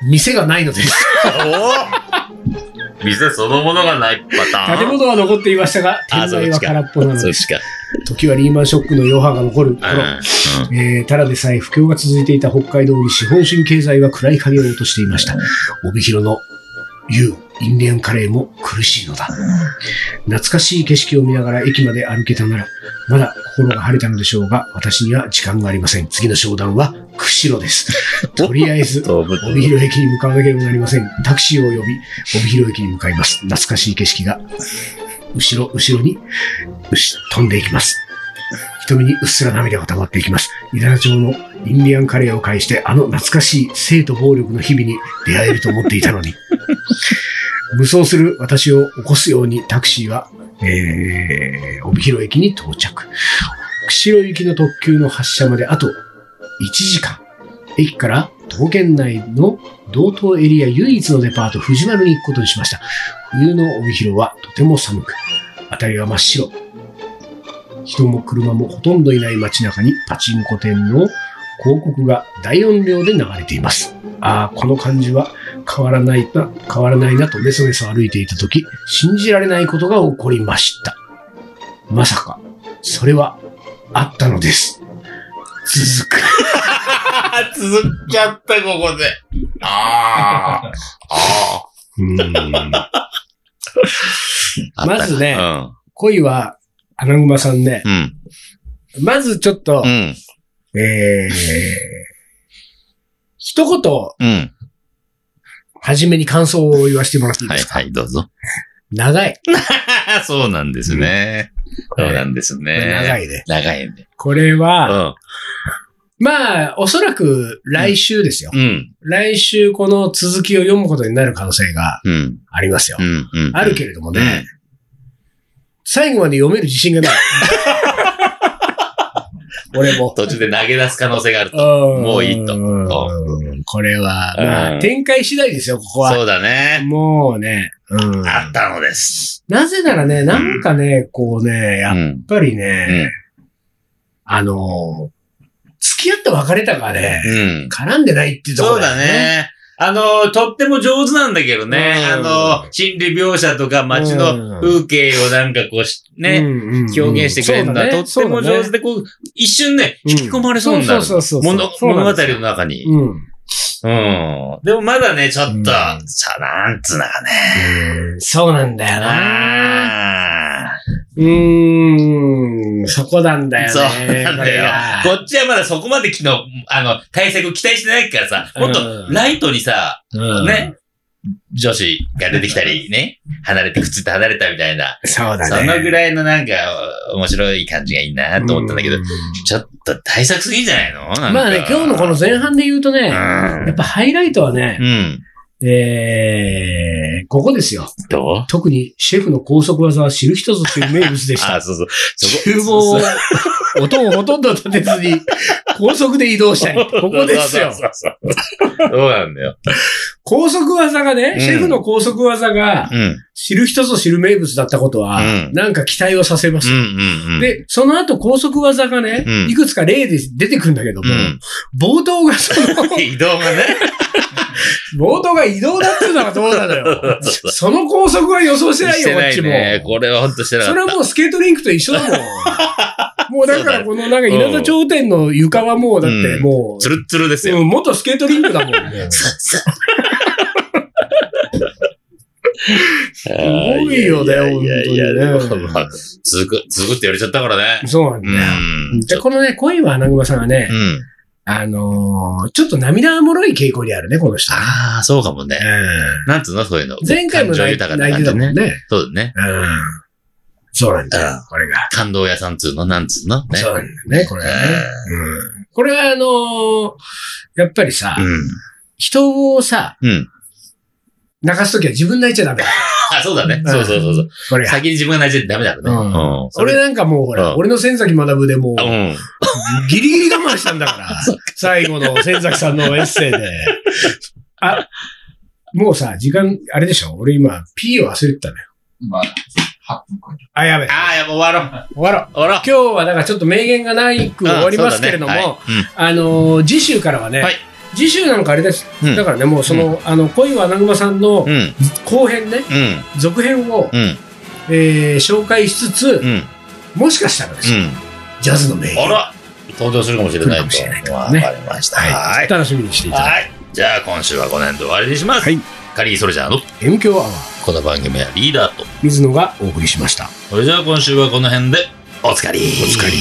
[SPEAKER 1] 店がないのです。
[SPEAKER 2] お店そのものがないパターン。
[SPEAKER 1] 建物は残っていましたが、
[SPEAKER 2] あ
[SPEAKER 1] 店内は空っぽなの
[SPEAKER 2] そっ
[SPEAKER 1] で
[SPEAKER 2] ちか。
[SPEAKER 1] 時はリーマンショックの余波が残る
[SPEAKER 2] う
[SPEAKER 1] 頃、
[SPEAKER 2] ん。うん
[SPEAKER 1] えーただでさえ不況が続いていた北海道に資本主義経済は暗い影を落としていました。帯広の言うインディアンカレーも苦しいのだ。懐かしい景色を見ながら駅まで歩けたなら、まだ心が晴れたのでしょうが、私には時間がありません。次の商談は釧路
[SPEAKER 2] [LAUGHS]
[SPEAKER 1] です。とりあえず、
[SPEAKER 2] 動物
[SPEAKER 1] 帯広駅に向かわなければなりません。タクシーを呼び、帯広駅に向かいます。懐かしい景色が、後ろ、後ろに、うし飛んでいきます。瞳にうっすら涙が溜まっていきます。イラナ町のインディアンカレーを介して、あの懐かしい生と暴力の日々に出会えると思っていたのに。 [LAUGHS] 無双する私を起こすようにタクシーは、えー、帯広駅に到着。釧路行きの特急の発車まであと1時間。駅から徒歩圏内の道東エリア唯一のデパート、藤丸に行くことにしました。冬の帯広はとても寒く、辺りは真っ白。人も車もほとんどいない街中にパチンコ店の広告が大音量で流れています。ああ、この感じは変わらないな、変わらないなとメソメソ歩いていた時、信じられないことが起こりました。まさか、それはあったのです。続く。
[SPEAKER 2] 続っちゃった、ここで。ああ。ああ。
[SPEAKER 1] まずね
[SPEAKER 2] うん。
[SPEAKER 1] 恋は、アナグマさんね、
[SPEAKER 2] うん。
[SPEAKER 1] まずちょっと
[SPEAKER 2] う、ん。
[SPEAKER 1] えー、一言、
[SPEAKER 2] うん。
[SPEAKER 1] 初めに感想を言わせてもらっていい
[SPEAKER 2] は
[SPEAKER 1] で
[SPEAKER 2] い、
[SPEAKER 1] すか、
[SPEAKER 2] はい、どうぞ。
[SPEAKER 1] 長い。
[SPEAKER 2] [LAUGHS] そうなんですね。そうなんです
[SPEAKER 1] これ
[SPEAKER 2] ね。
[SPEAKER 1] 長いね。
[SPEAKER 2] 長いね。
[SPEAKER 1] これ
[SPEAKER 2] う
[SPEAKER 1] は、
[SPEAKER 2] ん。
[SPEAKER 1] まあ、おそらく来週ですよ。
[SPEAKER 2] うん。
[SPEAKER 1] 来週この続きを読むことになる可能性が
[SPEAKER 2] うん。
[SPEAKER 1] ありますよ。
[SPEAKER 2] うん。うん。
[SPEAKER 1] あるけれどもね、
[SPEAKER 2] うん
[SPEAKER 1] 最後まで読める自信が
[SPEAKER 2] [LAUGHS]
[SPEAKER 1] ない。俺も。
[SPEAKER 2] 途中で投げ出す可能性があると。
[SPEAKER 1] も
[SPEAKER 2] ういいと
[SPEAKER 1] これは、ま
[SPEAKER 2] う
[SPEAKER 1] あ、
[SPEAKER 2] ん
[SPEAKER 1] 展開次第ですよ、ここは。
[SPEAKER 2] そうだね。
[SPEAKER 1] もうね、うん。
[SPEAKER 2] あったのです。
[SPEAKER 1] なぜならね、なんかね、こうね、
[SPEAKER 2] う
[SPEAKER 1] やっ
[SPEAKER 2] ん。
[SPEAKER 1] ぱり
[SPEAKER 2] う
[SPEAKER 1] ね、
[SPEAKER 2] ん。
[SPEAKER 1] あの、付き合って別れたからね、
[SPEAKER 2] うん。
[SPEAKER 1] 絡んでないっていうとこ
[SPEAKER 2] そ
[SPEAKER 1] ろ
[SPEAKER 2] うだ
[SPEAKER 1] よ。
[SPEAKER 2] ね。あの、とっても上手なんだけどね。
[SPEAKER 1] うん
[SPEAKER 2] あの、心理描写とか街の風景をなんかこうし、
[SPEAKER 1] うん
[SPEAKER 2] ね、
[SPEAKER 1] うんうん
[SPEAKER 2] 表現してくれるのは、
[SPEAKER 1] そうだね
[SPEAKER 2] とっても上手で、こう、一瞬ね、引き込まれそうになる。
[SPEAKER 1] そうそうそうそう
[SPEAKER 2] 物
[SPEAKER 1] そう
[SPEAKER 2] 物
[SPEAKER 1] なん
[SPEAKER 2] 語
[SPEAKER 1] ですよ
[SPEAKER 2] の中に。
[SPEAKER 1] うん。
[SPEAKER 2] うん。でもまだね、ちょっと、
[SPEAKER 1] うん
[SPEAKER 2] さ、なんつうのかね。
[SPEAKER 1] うんそうなんだよな。
[SPEAKER 2] あ
[SPEAKER 1] うーん、そこなんだよね。
[SPEAKER 2] ーそうなんだよ。こっちはまだそこまで昨日、あの、対策期待してないからさ、もっ
[SPEAKER 1] う
[SPEAKER 2] と
[SPEAKER 1] ん
[SPEAKER 2] ライトにさ、
[SPEAKER 1] これが。
[SPEAKER 2] ね、女子が出てきたりね、離れて、くっついて離れたみたいな、
[SPEAKER 1] うん。そうだね。
[SPEAKER 2] そのぐ
[SPEAKER 1] い
[SPEAKER 2] らいのなんか、面白い感じがいいなと思ったんだけど、ちょっと対策すぎじゃないのなんか
[SPEAKER 1] まあね、今日のこの前半で言うとね、
[SPEAKER 2] うん
[SPEAKER 1] やっぱハイライトはね
[SPEAKER 2] う、ん。
[SPEAKER 1] えー、ここですよ。
[SPEAKER 2] どう
[SPEAKER 1] 特にシェフの高速技は知る人ぞ知る名物でし
[SPEAKER 2] あ
[SPEAKER 1] た。
[SPEAKER 2] ー、そうそう。そ
[SPEAKER 1] 厨
[SPEAKER 2] こ
[SPEAKER 1] 房を、音をほとんど立てずに、高速で移動
[SPEAKER 2] [LAUGHS]
[SPEAKER 1] したり。ここですよ
[SPEAKER 2] そ。うそうそうそうそうなんだよ。
[SPEAKER 1] 高速技がね、
[SPEAKER 2] うん
[SPEAKER 1] シェフの高速技が、
[SPEAKER 2] うん。
[SPEAKER 1] 知る人ぞ知る名物だったことは、
[SPEAKER 2] うん
[SPEAKER 1] なんか期待をさせます。
[SPEAKER 2] うんうんうん。、
[SPEAKER 1] で、その後高速技がね、
[SPEAKER 2] うん
[SPEAKER 1] いくつか例で出てくるんだけども、
[SPEAKER 2] うん。
[SPEAKER 1] 冒頭がその、
[SPEAKER 2] 移動がね。
[SPEAKER 1] 冒頭が移動だっていうのがどうなの
[SPEAKER 2] [LAUGHS]
[SPEAKER 1] よ。
[SPEAKER 2] そう
[SPEAKER 1] その高速は予想してないよ、こっち
[SPEAKER 2] してないね
[SPEAKER 1] も。
[SPEAKER 2] これはほんとしてなか
[SPEAKER 1] そ
[SPEAKER 2] っ
[SPEAKER 1] れはもうスケートリンクと一緒だ
[SPEAKER 2] [LAUGHS]
[SPEAKER 1] もん。もうだからこのなんか稲田頂点の床はもうだって
[SPEAKER 2] うん
[SPEAKER 1] も
[SPEAKER 2] た。
[SPEAKER 1] う、
[SPEAKER 2] ツルッツルです
[SPEAKER 1] う
[SPEAKER 2] よ。
[SPEAKER 1] ん元スケートリンクだもん。もう
[SPEAKER 2] す
[SPEAKER 1] ごいよね
[SPEAKER 2] いやいやいや、
[SPEAKER 1] 本当にね
[SPEAKER 2] でもまあ [LAUGHS] 続く、続くって言われちゃったからね。
[SPEAKER 1] そうなん
[SPEAKER 2] う
[SPEAKER 1] だよ。
[SPEAKER 2] ん。
[SPEAKER 1] で、このね、恋は穴熊さんはね
[SPEAKER 2] う、ん。
[SPEAKER 1] あのーちょっと涙もろい傾向にあるね、この人。
[SPEAKER 2] ああ、そうかもね。
[SPEAKER 1] う
[SPEAKER 2] なんつうのそういうの。
[SPEAKER 1] ん前回も
[SPEAKER 2] 感情
[SPEAKER 1] 泣い
[SPEAKER 2] 豊か
[SPEAKER 1] 泣
[SPEAKER 2] ない
[SPEAKER 1] て
[SPEAKER 2] 感
[SPEAKER 1] た
[SPEAKER 2] じ
[SPEAKER 1] もん
[SPEAKER 2] ね。
[SPEAKER 1] ね。
[SPEAKER 2] そうだね。
[SPEAKER 1] うん。そうなんだ
[SPEAKER 2] う
[SPEAKER 1] よ、これが。
[SPEAKER 2] 感動屋さんつうのなんつうのね
[SPEAKER 1] そう。なんだね、これがね。うん。これはあのーやっぱりさ、
[SPEAKER 2] うん。
[SPEAKER 1] 人をさ、
[SPEAKER 2] うん。
[SPEAKER 1] 泣かすときは自分泣いちゃダメだ。
[SPEAKER 2] あ、そうだね。そうそうそうそう。
[SPEAKER 1] これが。
[SPEAKER 2] 先に自分が泣いちゃダメだからね。
[SPEAKER 1] うん
[SPEAKER 2] うん。そ
[SPEAKER 1] 俺
[SPEAKER 2] れ
[SPEAKER 1] なんかもうほら、
[SPEAKER 2] うん
[SPEAKER 1] 俺の千崎学でもう
[SPEAKER 2] う、ん。
[SPEAKER 1] ギリギリ我慢したんだ
[SPEAKER 2] [LAUGHS]
[SPEAKER 1] から、最後の千崎さんのエッセイで。あ、もうさ、時間、あれでしょ俺今、P を忘れてたのよ。
[SPEAKER 3] まあ、8分か。
[SPEAKER 1] あ、やべ。終
[SPEAKER 2] ああ、やっぱ終わろう。
[SPEAKER 1] わろう。
[SPEAKER 2] 終わろう。
[SPEAKER 1] 今日はだからちょっと名言がないく終わりますけれども、
[SPEAKER 2] うんそうだねはい
[SPEAKER 1] あのー次週からはね、
[SPEAKER 2] はい
[SPEAKER 1] 次週なんかあれです、
[SPEAKER 2] うん
[SPEAKER 1] だからね、もうその、あの、恋はアナグマさんの
[SPEAKER 2] うん。うん。
[SPEAKER 1] 後編ね、
[SPEAKER 2] うん。
[SPEAKER 1] 続編を、
[SPEAKER 2] うん。
[SPEAKER 1] えー紹介しつつ、
[SPEAKER 2] うん。
[SPEAKER 1] もしかしたらですね、
[SPEAKER 2] うん。
[SPEAKER 1] ジャズの名
[SPEAKER 2] あ
[SPEAKER 1] 言、
[SPEAKER 2] ら登場するかもしれないと。
[SPEAKER 1] 来るかもしれないから
[SPEAKER 2] わ
[SPEAKER 1] ね
[SPEAKER 2] かりました。は
[SPEAKER 1] はいい、。楽しみにしていただき
[SPEAKER 2] はい。じゃあ今週はこの辺で終わりにします。
[SPEAKER 1] はい
[SPEAKER 2] カリーソルジャーの
[SPEAKER 1] M 強アワー、
[SPEAKER 2] この番組はリーダーと。
[SPEAKER 1] 水野がお送りしました。
[SPEAKER 2] それじゃあ今週はこの辺でおつかり。お
[SPEAKER 1] つかり。